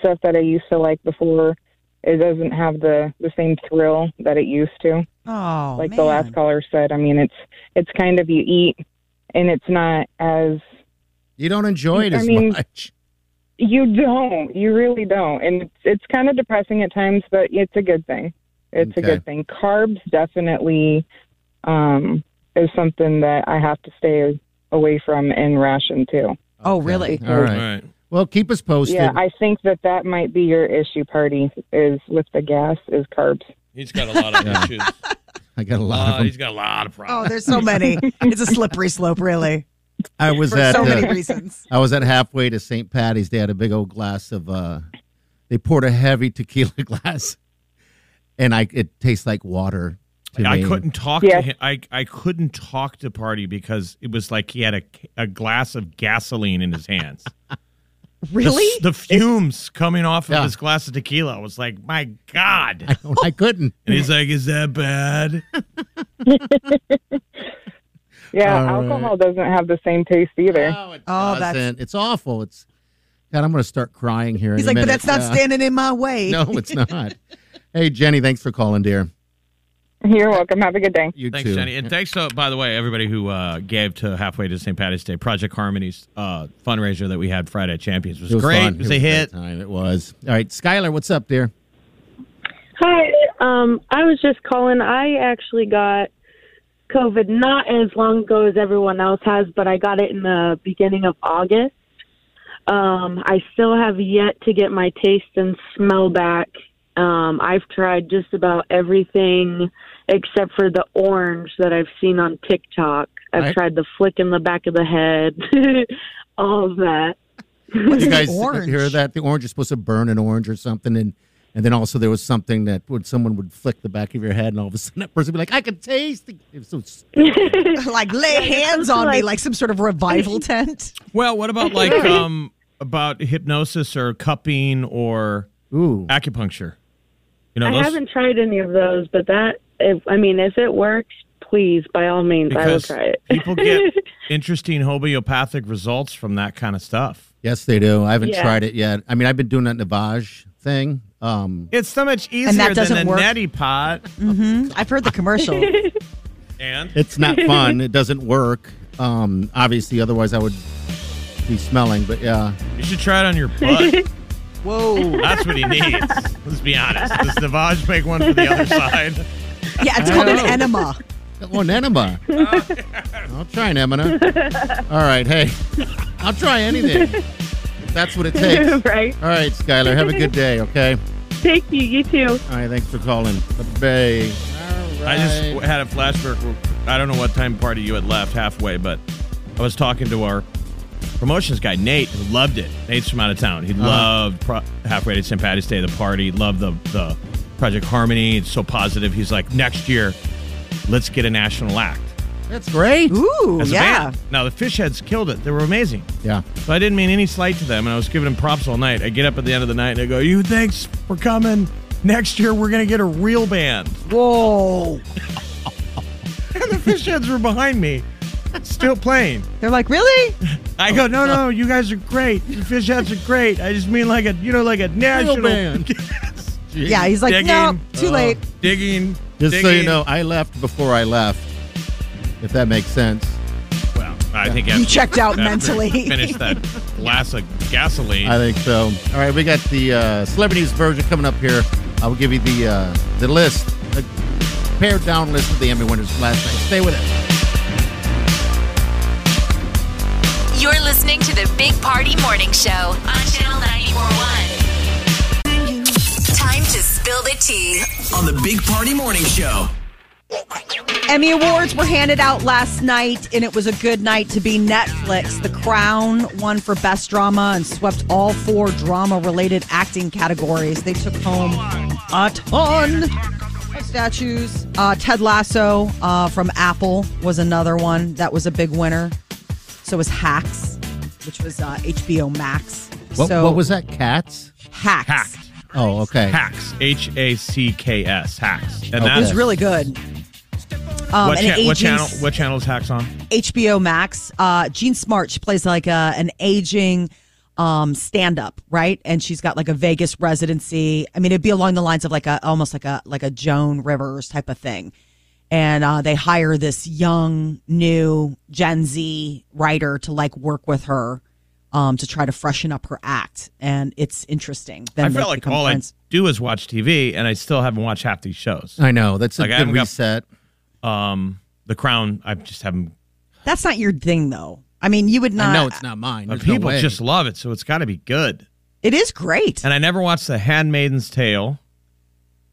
[SPEAKER 11] stuff that I used to like before, it doesn't have the the same thrill that it used to.
[SPEAKER 3] Oh,
[SPEAKER 11] like
[SPEAKER 3] man.
[SPEAKER 11] the last caller said, I mean, it's it's kind of you eat, and it's not as
[SPEAKER 5] you don't enjoy it
[SPEAKER 11] I
[SPEAKER 5] as
[SPEAKER 11] mean- [laughs]
[SPEAKER 5] much.
[SPEAKER 11] you don't you really don't, and it's it's kind of depressing at times, but it's a good thing. It's a
[SPEAKER 5] Okay.
[SPEAKER 11] good thing. Carbs definitely um, is something that I have to stay away from and ration too.
[SPEAKER 3] Oh, really?
[SPEAKER 5] All right. Well, keep us posted.
[SPEAKER 11] Yeah, I think that that might be your issue. Party is with the gas is carbs.
[SPEAKER 4] He's got a lot [laughs] of
[SPEAKER 5] Yeah.
[SPEAKER 4] issues.
[SPEAKER 5] I got a lot
[SPEAKER 4] Uh,
[SPEAKER 5] of them.
[SPEAKER 4] he's got a lot of problems.
[SPEAKER 3] Oh, there's
[SPEAKER 11] [laughs]
[SPEAKER 3] so many. it's a slippery slope, really,
[SPEAKER 5] I was
[SPEAKER 3] for
[SPEAKER 5] at
[SPEAKER 3] so
[SPEAKER 5] uh,
[SPEAKER 3] many
[SPEAKER 5] [laughs]
[SPEAKER 3] reasons.
[SPEAKER 5] I was at halfway to St. Patty's. They had a big old glass of. Uh, they poured a heavy tequila [laughs] glass, and I it tastes like water. To
[SPEAKER 4] I
[SPEAKER 5] me.
[SPEAKER 4] couldn't talk to
[SPEAKER 11] Yes.
[SPEAKER 4] him. I, I couldn't talk to Party because it was like he had a, a glass of gasoline in his hands. The s-
[SPEAKER 3] Really?
[SPEAKER 4] The, fumes coming off of
[SPEAKER 5] Yeah.
[SPEAKER 4] his glass of tequila was like, my God.
[SPEAKER 5] I, don't- Oh, I couldn't.
[SPEAKER 4] and he's like, is that bad?
[SPEAKER 11] Yeah,
[SPEAKER 5] All right.
[SPEAKER 11] alcohol doesn't have the same taste either.
[SPEAKER 5] it
[SPEAKER 3] Oh, that's-
[SPEAKER 5] doesn't. it's awful. It's God. I'm going to start crying here.
[SPEAKER 3] He's
[SPEAKER 5] in
[SPEAKER 3] like,
[SPEAKER 5] a
[SPEAKER 3] but
[SPEAKER 5] minute."
[SPEAKER 3] that's not
[SPEAKER 5] Yeah.
[SPEAKER 3] standing in my
[SPEAKER 5] [laughs]
[SPEAKER 3] way.
[SPEAKER 5] No, it's not. hey, Jenny, thanks for calling, dear.
[SPEAKER 11] You're welcome. Have a good day.
[SPEAKER 5] You
[SPEAKER 4] Thanks,
[SPEAKER 5] too.
[SPEAKER 4] Jenny. And thanks, uh, by the way, everybody who uh, gave to halfway to St. Patty's Day Project Harmony's uh, fundraiser that we had Friday at Champions was,
[SPEAKER 5] It was
[SPEAKER 4] great.
[SPEAKER 5] fun.
[SPEAKER 4] It was a hit.
[SPEAKER 5] great time. It was. All right, Skylar, what's up, dear?
[SPEAKER 11] Hi, um, I was just calling. I actually got COVID not as long ago as everyone else has, but I got it in the beginning of August. Um, I still have yet to get my taste and smell back. Um, I've tried just about everything except for the orange that I've seen on TikTok. I've
[SPEAKER 5] Right.
[SPEAKER 11] tried the flick in the back of the head, [laughs] all of that.
[SPEAKER 3] What's
[SPEAKER 5] you
[SPEAKER 3] an
[SPEAKER 5] guys
[SPEAKER 3] orange?
[SPEAKER 5] hear that? The orange is supposed to burn an orange or something, and and then also there was something that when someone would flick the back of your head, and all of a sudden that person would be like, "I can taste." It. It was so stupid.
[SPEAKER 3] [laughs] like lay hands on me, like some sort of revival
[SPEAKER 11] [laughs]
[SPEAKER 3] tent.
[SPEAKER 4] Well, what about like um, about hypnosis or cupping or
[SPEAKER 5] Ooh,
[SPEAKER 4] acupuncture? You know,
[SPEAKER 11] I
[SPEAKER 4] those,
[SPEAKER 11] haven't tried any of those, but that, if, I mean, if it works, please, by all means, I will
[SPEAKER 4] Because
[SPEAKER 11] try it.
[SPEAKER 4] people
[SPEAKER 11] [laughs]
[SPEAKER 4] get interesting homeopathic results from that kind of stuff.
[SPEAKER 5] Yes, they do. I haven't
[SPEAKER 11] Yeah.
[SPEAKER 5] tried it yet. I mean, I've been doing that Navage thing. Um,
[SPEAKER 4] It's so much easier
[SPEAKER 3] doesn't
[SPEAKER 4] than a
[SPEAKER 3] work?
[SPEAKER 4] neti pot.
[SPEAKER 3] Hmm, I've heard
[SPEAKER 11] [laughs]
[SPEAKER 3] the commercial.
[SPEAKER 4] and
[SPEAKER 5] it's not fun. it doesn't work. Um, obviously, otherwise I would be smelling. But yeah,
[SPEAKER 4] you should try it on your butt.
[SPEAKER 3] [laughs] Whoa.
[SPEAKER 4] That's what he needs. Let's be honest. Does Navage make one for the
[SPEAKER 3] [laughs]
[SPEAKER 4] other side?
[SPEAKER 3] Yeah, it's
[SPEAKER 5] I
[SPEAKER 3] called an
[SPEAKER 5] know.
[SPEAKER 3] enema.
[SPEAKER 5] oh, an enema. I'll try an enema. All right, hey, I'll try anything. If that's what it takes.
[SPEAKER 11] right?
[SPEAKER 5] All right, Skylar, have a good day. Okay.
[SPEAKER 11] Thank you. You too.
[SPEAKER 5] All right, thanks for calling. Bye.
[SPEAKER 4] I just w- had a flashback. where- I don't know what time party you had left halfway, but I was talking to our promotions guy, Nate, who loved it. Nate's from out of town.
[SPEAKER 3] Uh-huh.
[SPEAKER 4] He loved pro- halfway to St. Patty's Day, the party, loved the, the Project Harmony. It's so positive. He's like, next year, let's get a national act.
[SPEAKER 5] That's great.
[SPEAKER 3] Ooh,
[SPEAKER 4] As a
[SPEAKER 3] yeah.
[SPEAKER 4] band. Now, the fish heads killed it. They were amazing.
[SPEAKER 5] Yeah.
[SPEAKER 4] So I didn't mean any slight to them, and I was giving them props all night. I get up at the end of the night and I go, "You thanks for coming. Next year we're gonna get a real band." [laughs]
[SPEAKER 3] Whoa.
[SPEAKER 4] And the fish heads were behind me, still playing.
[SPEAKER 3] They're like, really?
[SPEAKER 4] I go, "No,
[SPEAKER 3] Oh.
[SPEAKER 4] no, you guys are great. The fish heads are great. I just mean like a, you know, like a national
[SPEAKER 5] band.
[SPEAKER 4] [laughs] Yes.
[SPEAKER 3] Yeah, he's like,
[SPEAKER 4] Digging.
[SPEAKER 3] no, too late.
[SPEAKER 4] Digging.
[SPEAKER 5] Just so you
[SPEAKER 4] digging.
[SPEAKER 5] know, I left before I left. If that makes sense.
[SPEAKER 4] Well, I think
[SPEAKER 3] You
[SPEAKER 4] after-
[SPEAKER 3] checked out
[SPEAKER 4] after
[SPEAKER 3] mentally.
[SPEAKER 4] I Finished
[SPEAKER 3] [laughs]
[SPEAKER 4] that glass of gasoline.
[SPEAKER 5] I think so. All right, we got the uh, celebrities version coming up here. I will give you the uh, the list, the pared down list of the Emmy winners from last night. Stay with us.
[SPEAKER 2] You're listening to the Big Party Morning Show on Channel 941. Time to spill the tea.
[SPEAKER 1] On the Big Party Morning Show.
[SPEAKER 3] Emmy Awards were handed out last night, and it was a good night to be Netflix. The Crown won for Best Drama and swept all four drama related acting categories. They took home a ton of statues. Uh, Ted Lasso uh, from Apple was another one that was a big winner. So was Hacks, which was uh, HBO Max.
[SPEAKER 5] What,
[SPEAKER 3] so
[SPEAKER 5] what was that? Cats.
[SPEAKER 3] Hacks?
[SPEAKER 4] Hacked.
[SPEAKER 5] Oh, okay.
[SPEAKER 4] Hacks. H A C K S. Hacks. And
[SPEAKER 3] It
[SPEAKER 4] that
[SPEAKER 3] was really good. Um,
[SPEAKER 4] what,
[SPEAKER 3] and
[SPEAKER 4] cha-
[SPEAKER 3] it
[SPEAKER 4] what
[SPEAKER 3] ages-
[SPEAKER 4] channel? What channel is Hacks on?
[SPEAKER 3] HBO Max. Uh, Jean Smart, she plays like a, an aging um, stand up, right? And she's got like a Vegas residency. I mean, it'd be along the lines of like a almost like a like a Joan Rivers type of thing. And uh, they hire this young, new Gen Z writer to like work with her um, to try to freshen up her act, and it's interesting. Then
[SPEAKER 4] I
[SPEAKER 3] they
[SPEAKER 4] feel like
[SPEAKER 3] become
[SPEAKER 4] all
[SPEAKER 3] friends.
[SPEAKER 4] I do is watch TV, and I still haven't watched half these shows.
[SPEAKER 5] I know that's a
[SPEAKER 4] Like, I
[SPEAKER 5] good
[SPEAKER 4] haven't got-
[SPEAKER 5] reset.
[SPEAKER 4] Um, The Crown, I just haven't.
[SPEAKER 3] That's not your thing, though. I mean, you would not.
[SPEAKER 5] I know it's not mine.
[SPEAKER 4] But
[SPEAKER 5] There's no
[SPEAKER 4] people
[SPEAKER 5] way.
[SPEAKER 4] just love it, so it's got to be good.
[SPEAKER 3] It is great.
[SPEAKER 4] And I never watched The Handmaiden's Tale.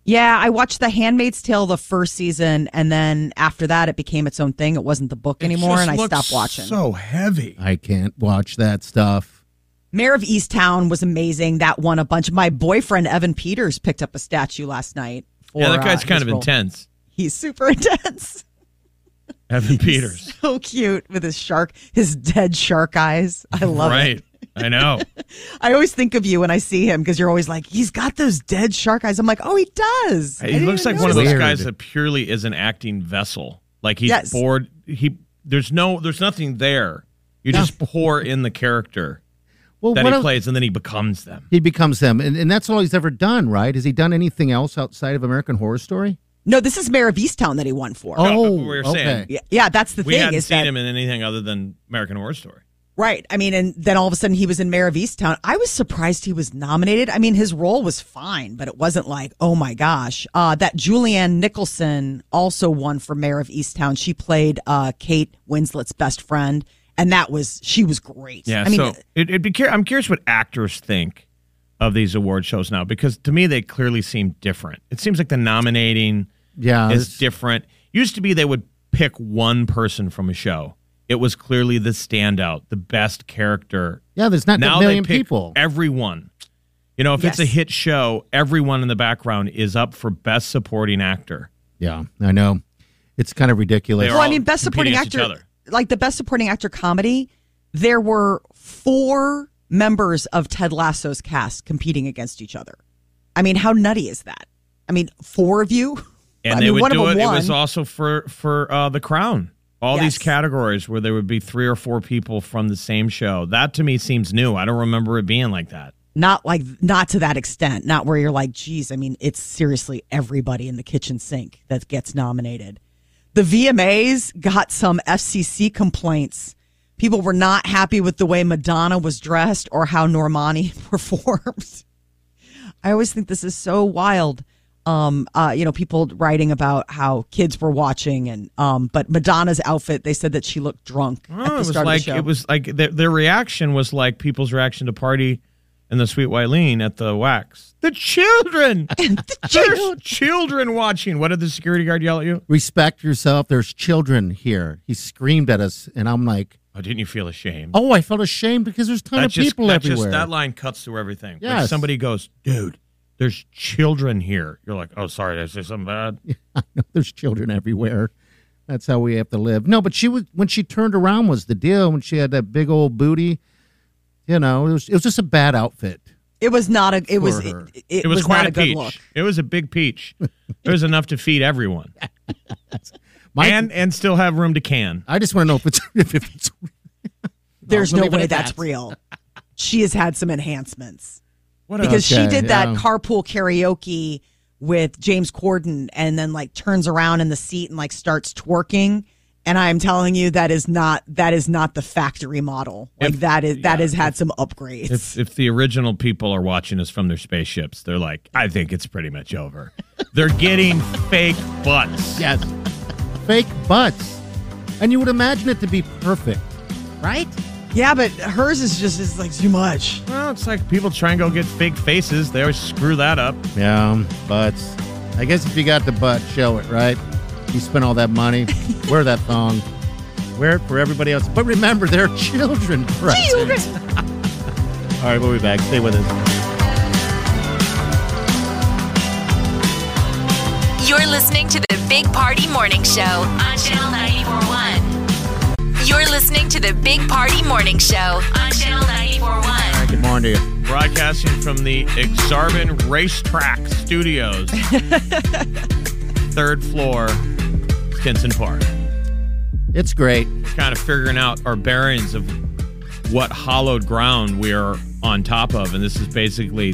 [SPEAKER 3] Yeah, I watched The Handmaid's Tale the first season, and then after that, it became its own thing. It wasn't the book anymore, and I stopped watching.
[SPEAKER 4] So heavy.
[SPEAKER 5] I can't watch that stuff.
[SPEAKER 3] Mayor of Easttown was amazing. That won a bunch. My boyfriend Evan Peters picked up a statue last night. For,
[SPEAKER 4] yeah, that guy's
[SPEAKER 3] uh,
[SPEAKER 4] kind
[SPEAKER 3] his
[SPEAKER 4] of
[SPEAKER 3] role.
[SPEAKER 4] intense.
[SPEAKER 3] He's super [laughs] intense.
[SPEAKER 4] Evan Peters.
[SPEAKER 3] so cute with his shark, his dead shark eyes. I [laughs] love
[SPEAKER 4] right.
[SPEAKER 3] it.
[SPEAKER 4] I
[SPEAKER 3] [laughs]
[SPEAKER 4] know.
[SPEAKER 3] I always think of you when I see him because you're always like, he's got those dead shark eyes. I'm like, oh, he does. I
[SPEAKER 4] He
[SPEAKER 3] didn't
[SPEAKER 4] looks
[SPEAKER 3] even
[SPEAKER 4] like one of
[SPEAKER 3] notice.
[SPEAKER 4] those
[SPEAKER 5] Weird.
[SPEAKER 4] guys that purely is an acting vessel. Like he's
[SPEAKER 3] Yes.
[SPEAKER 4] bored. He there's no there's nothing there. You just pour in the character
[SPEAKER 5] Well,
[SPEAKER 4] that
[SPEAKER 5] what
[SPEAKER 4] he
[SPEAKER 5] el-
[SPEAKER 4] plays, and then he becomes them.
[SPEAKER 5] He becomes them, and, and that's all he's ever done, right? Has he done anything else outside of American Horror Story? Oh,
[SPEAKER 3] No, this is Mayor of Easttown that he won for.
[SPEAKER 4] No, but we were
[SPEAKER 5] okay.
[SPEAKER 4] saying-
[SPEAKER 3] Yeah, yeah, that's the
[SPEAKER 4] Oh. we
[SPEAKER 3] thing.
[SPEAKER 4] hadn't
[SPEAKER 3] is
[SPEAKER 4] seen
[SPEAKER 3] that,
[SPEAKER 4] him in anything other than American Horror Story.
[SPEAKER 3] Right. I mean, and then all of a sudden he was in Mayor of Easttown. I was surprised he was nominated. I mean, his role was fine, but it wasn't like, oh my gosh. Uh, that Julianne Nicholson also won for Mayor of Easttown. She played uh, Kate Winslet's best friend, and that was, she was great.
[SPEAKER 4] Yeah,
[SPEAKER 3] I mean,
[SPEAKER 4] so it, it'd be. Cur- I'm curious what actors think of these award shows now because to me they clearly seem different. It seems like the nominating
[SPEAKER 5] Yeah,
[SPEAKER 4] is
[SPEAKER 5] this-
[SPEAKER 4] different. Used to be they would pick one person from a show. It was clearly the standout, the best character.
[SPEAKER 5] Yeah, there's not
[SPEAKER 4] now
[SPEAKER 5] a million
[SPEAKER 4] they pick
[SPEAKER 5] people.
[SPEAKER 4] Everyone. You know, if it's a
[SPEAKER 3] Yes.
[SPEAKER 4] hit show, everyone in the background is up for best supporting actor.
[SPEAKER 5] yeah, I know. It's kind of ridiculous.
[SPEAKER 4] They
[SPEAKER 3] well,
[SPEAKER 4] are
[SPEAKER 3] I
[SPEAKER 4] all
[SPEAKER 3] mean, best supporting
[SPEAKER 4] competing against each
[SPEAKER 3] actor,
[SPEAKER 4] other.
[SPEAKER 3] like the best supporting actor comedy, there were four members of Ted Lasso's cast competing against each other. I mean, how nutty is that? I mean, four of you?
[SPEAKER 4] and
[SPEAKER 3] I
[SPEAKER 4] they
[SPEAKER 3] mean,
[SPEAKER 4] would
[SPEAKER 3] one of
[SPEAKER 4] do it.
[SPEAKER 3] them
[SPEAKER 4] It was
[SPEAKER 3] won.
[SPEAKER 4] also for for uh, the Crown. All these
[SPEAKER 3] Yes.
[SPEAKER 4] categories where there would be three or four people from the same show. That to me seems new. I don't remember it being like that.
[SPEAKER 3] Not like not to that extent. Not where you're like, geez, I mean, it's seriously everybody in the kitchen sink that gets nominated. The VMAs got some FCC complaints. People were not happy with the way Madonna was dressed or how Normani [laughs] performed. I always think this is so wild. Um, uh, you know, people writing about how kids were watching, and um, but Madonna's outfit, they said that she looked drunk at
[SPEAKER 4] Oh,
[SPEAKER 3] the
[SPEAKER 4] it was
[SPEAKER 3] start
[SPEAKER 4] like
[SPEAKER 3] of the show. [laughs]
[SPEAKER 4] it was like their, their reaction was like people's reaction to party and the sweet Wileen at the wax. The
[SPEAKER 3] [laughs]
[SPEAKER 4] children, there's children watching. What did the security guard yell at you?
[SPEAKER 5] Respect yourself. There's children here. He screamed at us, and I'm like,
[SPEAKER 4] Oh, didn't you feel ashamed?
[SPEAKER 5] oh, I felt ashamed because there's a ton
[SPEAKER 4] that
[SPEAKER 5] of
[SPEAKER 4] just,
[SPEAKER 5] people
[SPEAKER 4] that
[SPEAKER 5] everywhere.
[SPEAKER 4] Just, that line cuts through everything. Yeah.
[SPEAKER 5] Yes.
[SPEAKER 4] somebody goes, dude, there's children here. You're like, oh, sorry, did I say something bad?
[SPEAKER 5] [laughs] I know there's children everywhere. That's how we have to live. No, but she was when she turned around was the deal. When she had that big old booty, you know, it was it was just a bad outfit.
[SPEAKER 3] It was not a. It was. It,
[SPEAKER 5] her.
[SPEAKER 3] it,
[SPEAKER 4] It was,
[SPEAKER 3] was
[SPEAKER 4] quite
[SPEAKER 3] not
[SPEAKER 4] a
[SPEAKER 3] a good
[SPEAKER 4] peach. Oh,
[SPEAKER 3] look.
[SPEAKER 4] It was a big
[SPEAKER 5] [laughs]
[SPEAKER 4] peach. it was enough to feed everyone
[SPEAKER 5] My,
[SPEAKER 4] and and still have room to can.
[SPEAKER 5] I just want to know if it's [laughs] if it's
[SPEAKER 3] There's
[SPEAKER 5] I'll
[SPEAKER 3] no
[SPEAKER 5] leave it
[SPEAKER 3] way
[SPEAKER 5] at
[SPEAKER 3] that's
[SPEAKER 5] that.
[SPEAKER 3] real. She has had some enhancements
[SPEAKER 4] What a
[SPEAKER 3] because she
[SPEAKER 5] Okay,
[SPEAKER 3] did
[SPEAKER 5] yeah.
[SPEAKER 3] that carpool karaoke with James Corden and then like turns around in the seat and like starts twerking. And I'm telling you that is not that is not the factory model. Like
[SPEAKER 4] If-
[SPEAKER 3] that is
[SPEAKER 4] yeah,
[SPEAKER 3] that has had some upgrades.
[SPEAKER 4] If if the original people are watching us from their spaceships, they're like, I think it's pretty much over. They're
[SPEAKER 5] [laughs]
[SPEAKER 4] getting fake butts.
[SPEAKER 5] yes, fake butts, and you would imagine it to be perfect, right?
[SPEAKER 3] yeah, but hers is just is like too much.
[SPEAKER 4] Well, it's like people try and go get fake faces. They always screw that up.
[SPEAKER 5] Yeah, butts. I guess if you got the butt, show it, right? You spent all that money,
[SPEAKER 3] [laughs]
[SPEAKER 5] wear that thong, wear it for everybody else. But remember, there are children [laughs] present. all right, we'll be back. Stay with us.
[SPEAKER 2] You're listening to the Big Party Morning Show on Channel 941. You're listening to the Big Party Morning Show on Channel 941.
[SPEAKER 5] Good morning to you.
[SPEAKER 4] Broadcasting from the Exarban Racetrack
[SPEAKER 5] [laughs]
[SPEAKER 4] Studios, third floor, Stinson Park.
[SPEAKER 5] It's great.
[SPEAKER 4] Kind of figuring out our bearings of what hollowed ground we are on top of, and this is basically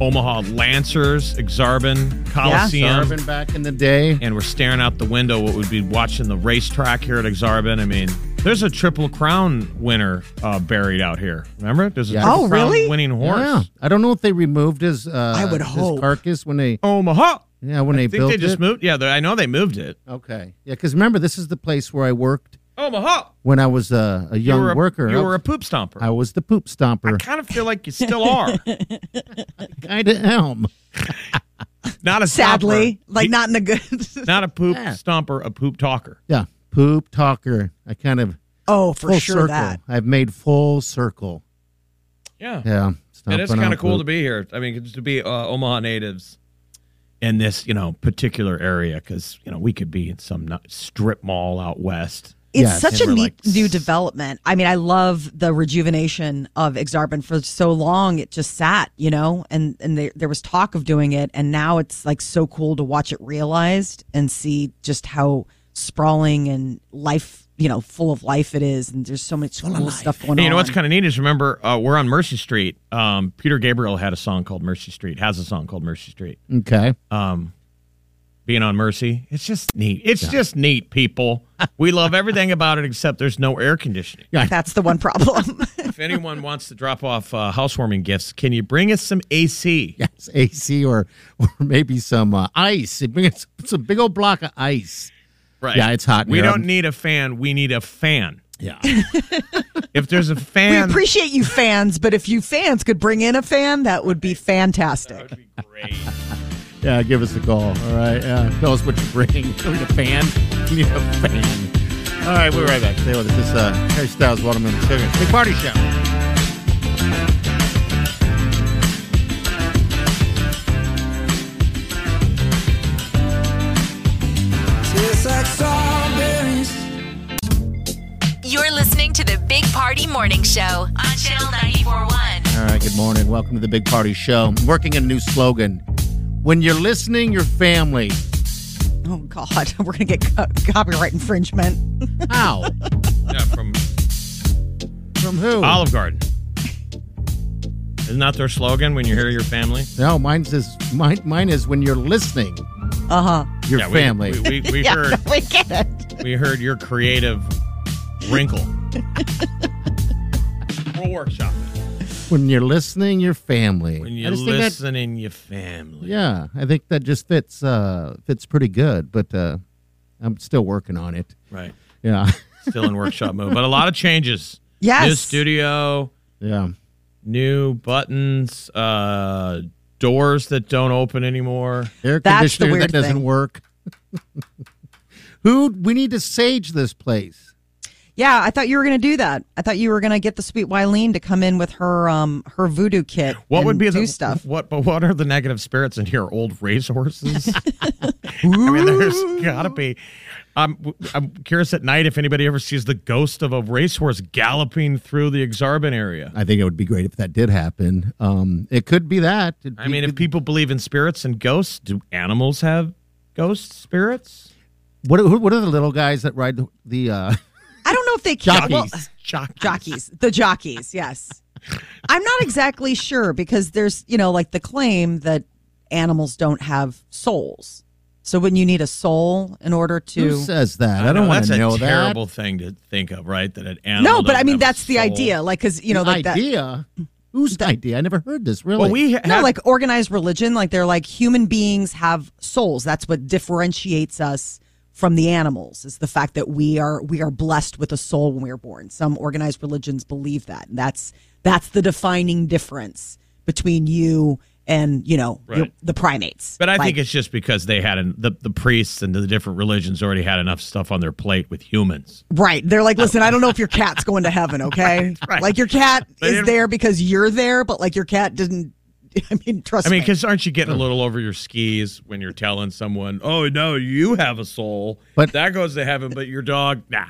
[SPEAKER 4] Omaha Lancers, Exarban Coliseum.
[SPEAKER 5] Sarvin back in the day.
[SPEAKER 4] and we're staring out the window what would be watching the racetrack here at Exarban. I mean, there's a triple crown winner uh, buried out here. Remember? There's a
[SPEAKER 5] Yeah.
[SPEAKER 4] triple
[SPEAKER 3] Oh,
[SPEAKER 4] crown
[SPEAKER 3] really?
[SPEAKER 4] winning horse.
[SPEAKER 5] Yeah. I don't know if they removed his uh
[SPEAKER 3] I would
[SPEAKER 5] his
[SPEAKER 3] hope.
[SPEAKER 5] carcass when they
[SPEAKER 4] Omaha.
[SPEAKER 5] yeah, when
[SPEAKER 4] I
[SPEAKER 5] they
[SPEAKER 4] think
[SPEAKER 5] built
[SPEAKER 4] they just
[SPEAKER 5] it.
[SPEAKER 4] moved. Yeah, they- I know they moved it.
[SPEAKER 5] Okay. Yeah, cuz remember this is the place where I worked
[SPEAKER 4] Omaha.
[SPEAKER 5] when I was uh, a
[SPEAKER 4] You
[SPEAKER 5] young
[SPEAKER 4] were a,
[SPEAKER 5] worker.
[SPEAKER 4] You were
[SPEAKER 5] I
[SPEAKER 4] a poop stomper.
[SPEAKER 5] I was the poop
[SPEAKER 4] [laughs] I
[SPEAKER 5] stomper.
[SPEAKER 4] kind of feel like you still
[SPEAKER 5] [laughs]
[SPEAKER 4] are.
[SPEAKER 5] Kind of elm.
[SPEAKER 4] Not a
[SPEAKER 3] Sadly,
[SPEAKER 4] stomper.
[SPEAKER 3] like
[SPEAKER 4] You-
[SPEAKER 3] not in
[SPEAKER 4] [laughs]
[SPEAKER 3] a good.
[SPEAKER 4] not a poop
[SPEAKER 5] Yeah.
[SPEAKER 4] stomper, a poop talker.
[SPEAKER 5] Yeah, poop talker. I kind of
[SPEAKER 3] [laughs] oh, for
[SPEAKER 5] full
[SPEAKER 3] sure
[SPEAKER 5] circle.
[SPEAKER 3] that.
[SPEAKER 5] I've made full circle.
[SPEAKER 4] Yeah.
[SPEAKER 5] Yeah,
[SPEAKER 4] It is
[SPEAKER 5] stomping
[SPEAKER 4] kind
[SPEAKER 5] on
[SPEAKER 4] of cool to
[SPEAKER 5] poop.
[SPEAKER 4] be here. I mean, to be uh, Omaha natives in this, you know, particular area because you know we could be in some not- strip mall out west.
[SPEAKER 3] It's
[SPEAKER 5] Yes.
[SPEAKER 3] such a
[SPEAKER 4] And we're
[SPEAKER 3] neat
[SPEAKER 4] like-
[SPEAKER 3] new development. I mean, I love the rejuvenation of Exarban for so long it just sat, you know, and and there, there was talk of doing it and now it's like so cool to watch it realized and see just how sprawling and life, you know, full of life it is and there's so much cool stuff going
[SPEAKER 4] And
[SPEAKER 3] on.
[SPEAKER 4] you know what's kind of neat is remember uh, we're on Mercy Street. Um, Peter Gabriel had a song called Mercy Street. Has a song called Mercy Street.
[SPEAKER 5] Okay. [laughs]
[SPEAKER 4] Um, being on Mercy, it's just neat. It's just neat, people. We love everything about it except there's no air conditioning.
[SPEAKER 3] That's the
[SPEAKER 4] [laughs]
[SPEAKER 3] one problem.
[SPEAKER 4] If anyone wants to drop off uh, housewarming gifts, can you bring us some AC?
[SPEAKER 5] Yes, AC or or maybe some uh, ice. It brings some big old block of ice.
[SPEAKER 4] Right.
[SPEAKER 5] Yeah, it's hot in
[SPEAKER 4] We
[SPEAKER 5] here.
[SPEAKER 4] don't need a fan. We need a fan.
[SPEAKER 5] Yeah.
[SPEAKER 4] If there's a [laughs]
[SPEAKER 3] we
[SPEAKER 4] fan,
[SPEAKER 3] appreciate you fans, but if you fans could bring in a fan, that would be fantastic.
[SPEAKER 5] [laughs] Yeah, give us a call. All right. Yeah. Tell us what you're bringing. [laughs] You need a fan. You need a fan. All right, we'll be right back. Stay with us. This is uh, Harry Styles, Watermelon Sugar. Big party show.
[SPEAKER 2] You're listening to the Big Party Morning Show on Channel 941.
[SPEAKER 5] All right, good morning. Welcome to the Big Party Show. I'm working a new slogan. When you're listening, your family.
[SPEAKER 3] Oh God, [laughs] we're gonna get co- copyright infringement. [laughs]
[SPEAKER 5] How?
[SPEAKER 4] Yeah, from
[SPEAKER 5] [laughs] From who?
[SPEAKER 4] Olive Garden. Isn't that their slogan when you hear your family?
[SPEAKER 5] No, mine's is mine. Mine is when you're listening.
[SPEAKER 3] Uh huh.
[SPEAKER 5] Your
[SPEAKER 4] Yeah, we-
[SPEAKER 5] family.
[SPEAKER 4] We, we,
[SPEAKER 5] [laughs]
[SPEAKER 4] we heard
[SPEAKER 3] we get it.
[SPEAKER 4] we heard your creative
[SPEAKER 5] [laughs]
[SPEAKER 4] wrinkle. We're workshopping.
[SPEAKER 5] when you're listening, your family.
[SPEAKER 4] When
[SPEAKER 5] I
[SPEAKER 4] you
[SPEAKER 5] just think that-
[SPEAKER 4] listen in your family.
[SPEAKER 5] yeah, I think that just fits uh, fits pretty good. But uh, I'm still working on it.
[SPEAKER 4] Right.
[SPEAKER 5] Yeah, [laughs]
[SPEAKER 4] Still in workshop mode. But a lot of changes.
[SPEAKER 3] Yes.
[SPEAKER 4] New studio,
[SPEAKER 5] yeah.
[SPEAKER 4] new buttons, uh, doors that don't open anymore.
[SPEAKER 5] Air
[SPEAKER 3] That's the
[SPEAKER 5] conditioner
[SPEAKER 3] weird
[SPEAKER 5] that doesn't
[SPEAKER 3] thing.
[SPEAKER 5] work. [laughs] Who we need to sage this place?
[SPEAKER 3] Yeah, I thought you were gonna do that. I thought you were gonna get the sweet Wileen to come in with her um her voodoo kit.
[SPEAKER 4] What
[SPEAKER 3] and
[SPEAKER 4] would be
[SPEAKER 3] do
[SPEAKER 4] the
[SPEAKER 3] stuff?
[SPEAKER 4] What but what are the negative spirits in here? Old
[SPEAKER 5] [laughs]
[SPEAKER 4] racehorses? I mean, there's gotta be. I'm I'm curious at night if anybody ever sees the ghost of a racehorse galloping through the Exarban area.
[SPEAKER 5] I think it would be great if that did happen. Um, it could be that. It'd
[SPEAKER 4] I
[SPEAKER 5] be-
[SPEAKER 4] mean, if people believe in spirits and ghosts, do animals have ghost spirits?
[SPEAKER 5] what are, what are the little guys that ride the, the
[SPEAKER 3] [laughs]
[SPEAKER 5] uh,
[SPEAKER 3] I don't know if they
[SPEAKER 5] Jockeys.
[SPEAKER 3] well,
[SPEAKER 4] [laughs] Jock-
[SPEAKER 3] jockeys, the jockeys. Yes, I'm not exactly sure because there's you know like the claim that animals don't have souls. So wouldn't you need a soul in order
[SPEAKER 5] who
[SPEAKER 3] to?
[SPEAKER 5] says that? I, don't want
[SPEAKER 4] that's
[SPEAKER 5] to know
[SPEAKER 4] a
[SPEAKER 5] that.
[SPEAKER 4] terrible thing to think of, right? That an animal.
[SPEAKER 3] No, but I
[SPEAKER 4] doesn't
[SPEAKER 3] mean
[SPEAKER 4] have a
[SPEAKER 3] that's the
[SPEAKER 4] soul.
[SPEAKER 3] idea. Like because you know like that.
[SPEAKER 5] idea. Whose idea? I never heard this. Really?
[SPEAKER 4] Well, we ha-
[SPEAKER 3] No,
[SPEAKER 4] have-
[SPEAKER 3] like organized religion, like they're like human beings have souls. That's what differentiates us from the animals is the fact that we are we are blessed with a soul when we are born. Some organized religions believe that. And that's that's the defining difference between you and, you know,
[SPEAKER 4] Right.
[SPEAKER 3] your- the primates.
[SPEAKER 4] But I
[SPEAKER 3] Like,
[SPEAKER 4] think it's just because they had an, the the priests and the different religions already had enough stuff on their plate with humans.
[SPEAKER 3] right. They're like, "Listen, I don't know
[SPEAKER 4] [laughs]
[SPEAKER 3] if your cat's going to heaven, okay?
[SPEAKER 4] right.
[SPEAKER 3] Like your cat
[SPEAKER 4] They
[SPEAKER 3] is
[SPEAKER 4] didn't-
[SPEAKER 3] there because you're there, but like your cat didn't [laughs] I mean, trust
[SPEAKER 4] I mean,
[SPEAKER 3] me.
[SPEAKER 4] because aren't you getting a little over your skis when you're telling someone, "Oh no, you have a soul,
[SPEAKER 5] But-
[SPEAKER 4] that goes to heaven, but your dog, nah,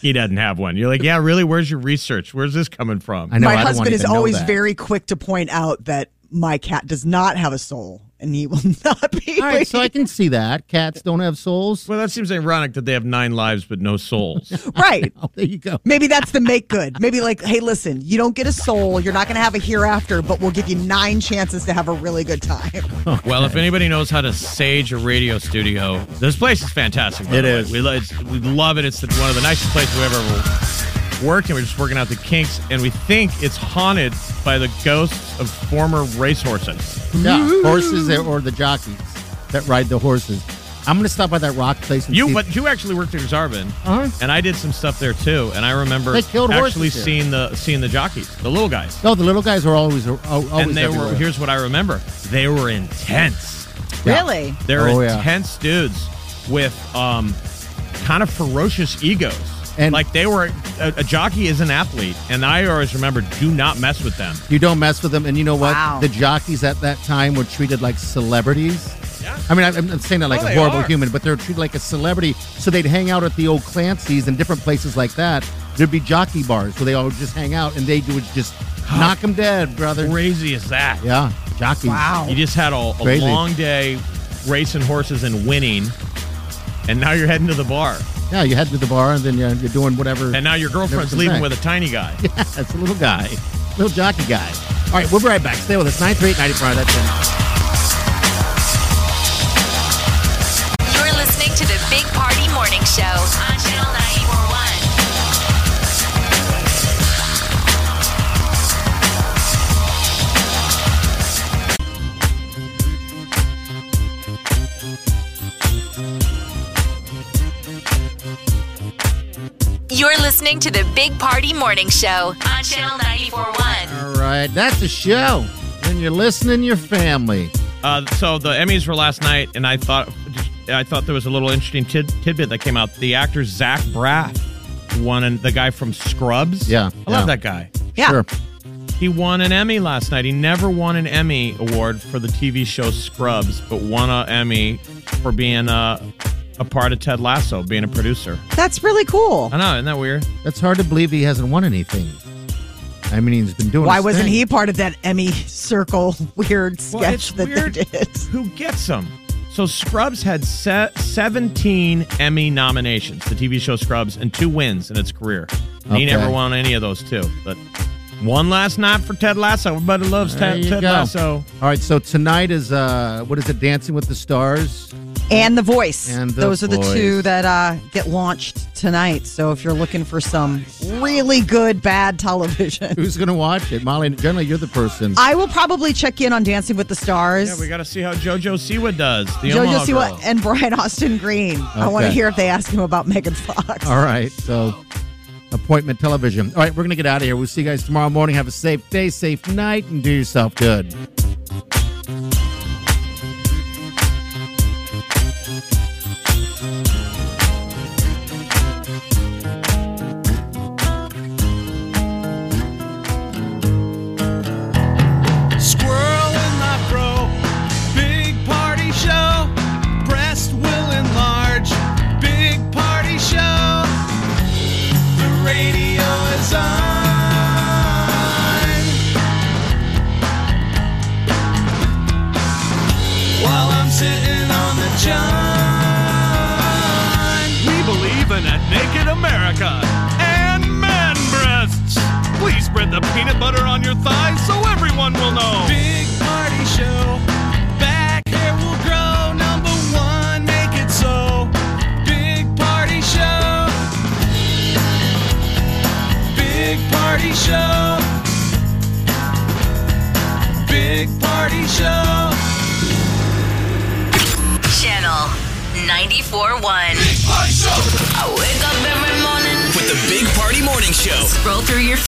[SPEAKER 4] he doesn't have one." You're like, "Yeah, really? Where's your research? Where's this coming from?"
[SPEAKER 5] I know. I
[SPEAKER 3] my
[SPEAKER 5] don't
[SPEAKER 3] husband
[SPEAKER 5] wanna
[SPEAKER 3] is
[SPEAKER 5] even know
[SPEAKER 3] always
[SPEAKER 5] that.
[SPEAKER 3] very quick to point out that my cat does not have a soul and he will [laughs] not be.
[SPEAKER 5] All right, so I can see that cats don't have souls.
[SPEAKER 4] Well, that seems ironic that they have nine lives but no souls.
[SPEAKER 3] [laughs] right.
[SPEAKER 5] Oh, there you go.
[SPEAKER 3] Maybe that's the make good. Maybe like, hey, listen, you don't get a soul. You're not going to have a hereafter, but we'll give you nine chances to have a really good time.
[SPEAKER 4] well, if anybody knows how to sage a radio studio, this place is fantastic. by
[SPEAKER 5] It
[SPEAKER 4] the way.
[SPEAKER 5] is.
[SPEAKER 4] We, lo- it's, we love it. It's the, one of the nicest places we've ever worked, and we're just working out the kinks. And we think it's haunted by the ghosts of former racehorses. [laughs]
[SPEAKER 5] Yeah, horses or- or the jockeys that ride the horses. I'm gonna stop by that rock place. And
[SPEAKER 4] You,
[SPEAKER 5] see-
[SPEAKER 4] but you actually worked at Exarban,
[SPEAKER 5] Uh-huh.
[SPEAKER 4] and I did some stuff there too. And I remember
[SPEAKER 5] They killed horses
[SPEAKER 4] actually
[SPEAKER 5] there.
[SPEAKER 4] seeing the seeing the jockeys, the little guys,
[SPEAKER 5] no, the little guys are always are al- always
[SPEAKER 4] and they were.
[SPEAKER 5] everywhere.
[SPEAKER 4] Here's what I remember: they were intense.
[SPEAKER 3] Really?
[SPEAKER 4] They're
[SPEAKER 5] Oh, yeah.
[SPEAKER 4] intense dudes with um, kind of ferocious egos.
[SPEAKER 5] And-
[SPEAKER 4] like they were, a, a jockey is an athlete, and I always remember: do not mess with them.
[SPEAKER 5] You don't mess with them, and you know what?
[SPEAKER 3] Wow.
[SPEAKER 5] The jockeys at that time were treated like celebrities.
[SPEAKER 4] Yeah.
[SPEAKER 5] I mean, I- I'm not saying that like
[SPEAKER 4] Oh,
[SPEAKER 5] a
[SPEAKER 4] they
[SPEAKER 5] horrible
[SPEAKER 4] are.
[SPEAKER 5] human, but they're treated like a celebrity. So they'd hang out at the old Clancy's and different places like that. There'd be jockey bars where they all would just hang out, and they would just knock them dead, brother.
[SPEAKER 4] Crazy as that.
[SPEAKER 5] Yeah, jockeys.
[SPEAKER 4] You just had a, a
[SPEAKER 5] Crazy.
[SPEAKER 4] long day racing horses and winning, and now you're heading to the bar,
[SPEAKER 5] Yeah, you head to the bar, and then you're, you're doing whatever.
[SPEAKER 4] and now your girlfriend's
[SPEAKER 5] come
[SPEAKER 4] leaving
[SPEAKER 5] back.
[SPEAKER 4] with a tiny
[SPEAKER 5] [laughs]
[SPEAKER 4] guy.
[SPEAKER 5] That's a little guy, little jockey guy. All right, we'll be right back. Stay with us. 938 94. That's it.
[SPEAKER 2] You're listening to the Big Party Morning Show on Channel 941. You're listening to the Big Party Morning Show on Channel 941.
[SPEAKER 5] All right, that's the show. When you're listening, your family.
[SPEAKER 4] Uh, so the Emmys were last night, and I thought I thought there was a little interesting tid- tidbit that came out. The actor Zach Braff won, and the guy from Scrubs.
[SPEAKER 5] Yeah,
[SPEAKER 4] I love
[SPEAKER 5] yeah.
[SPEAKER 4] that guy.
[SPEAKER 3] Yeah.
[SPEAKER 5] Sure.
[SPEAKER 4] He won an Emmy last night. He never won an Emmy award for the TV show Scrubs, but won an Emmy for being uh, a part of Ted Lasso, being a producer.
[SPEAKER 3] That's really cool.
[SPEAKER 4] I know, isn't that weird?
[SPEAKER 5] That's hard to believe he hasn't won anything. I mean, he's been doing.
[SPEAKER 3] Why
[SPEAKER 5] his
[SPEAKER 3] wasn't
[SPEAKER 5] thing.
[SPEAKER 3] [laughs] he part of that Emmy circle weird sketch that they did?
[SPEAKER 4] Who gets them? So Scrubs had se- 17 Emmy nominations, the TV show Scrubs, and two wins in its career. And He
[SPEAKER 5] Okay.
[SPEAKER 4] never won any of those two, but one last night for Ted Lasso. Everybody loves
[SPEAKER 5] There
[SPEAKER 4] Ted,
[SPEAKER 5] you
[SPEAKER 4] Ted
[SPEAKER 5] go.
[SPEAKER 4] Lasso.
[SPEAKER 5] All right, so tonight is uh what is it? Dancing with the Stars.
[SPEAKER 3] and The Voice.
[SPEAKER 5] And The
[SPEAKER 3] Those are the
[SPEAKER 5] Voice.
[SPEAKER 3] two that uh, get launched tonight. So if you're looking for some really good bad television,
[SPEAKER 5] Who's gonna watch it, Molly? Generally, you're the person.
[SPEAKER 3] I will probably check in on Dancing with the Stars.
[SPEAKER 4] Yeah, we got to see how JoJo Siwa does. The
[SPEAKER 3] JoJo
[SPEAKER 4] Omaha
[SPEAKER 3] Siwa
[SPEAKER 4] girl.
[SPEAKER 3] and Brian Austin Green. I want to
[SPEAKER 5] Okay.
[SPEAKER 3] hear if they ask him about Megan Fox.
[SPEAKER 5] All right, so appointment television. All right, we're gonna get out of here. We'll see you guys tomorrow morning. Have a safe day, safe night, and do yourself good.
[SPEAKER 1] Squirrel in my fro. Big party show. Breast will enlarge. Big party show. The radio is on. While I'm sitting on the john. We believe in a naked America and man breasts. Please spread the peanut butter on your thighs so everyone will know. Big party show. Back hair will grow. Number one, make it so. Big party show. Big party show. Big party show.
[SPEAKER 2] Channel 94.1. I wake up every morning,
[SPEAKER 1] With the Big Party Morning Show.
[SPEAKER 2] scroll through your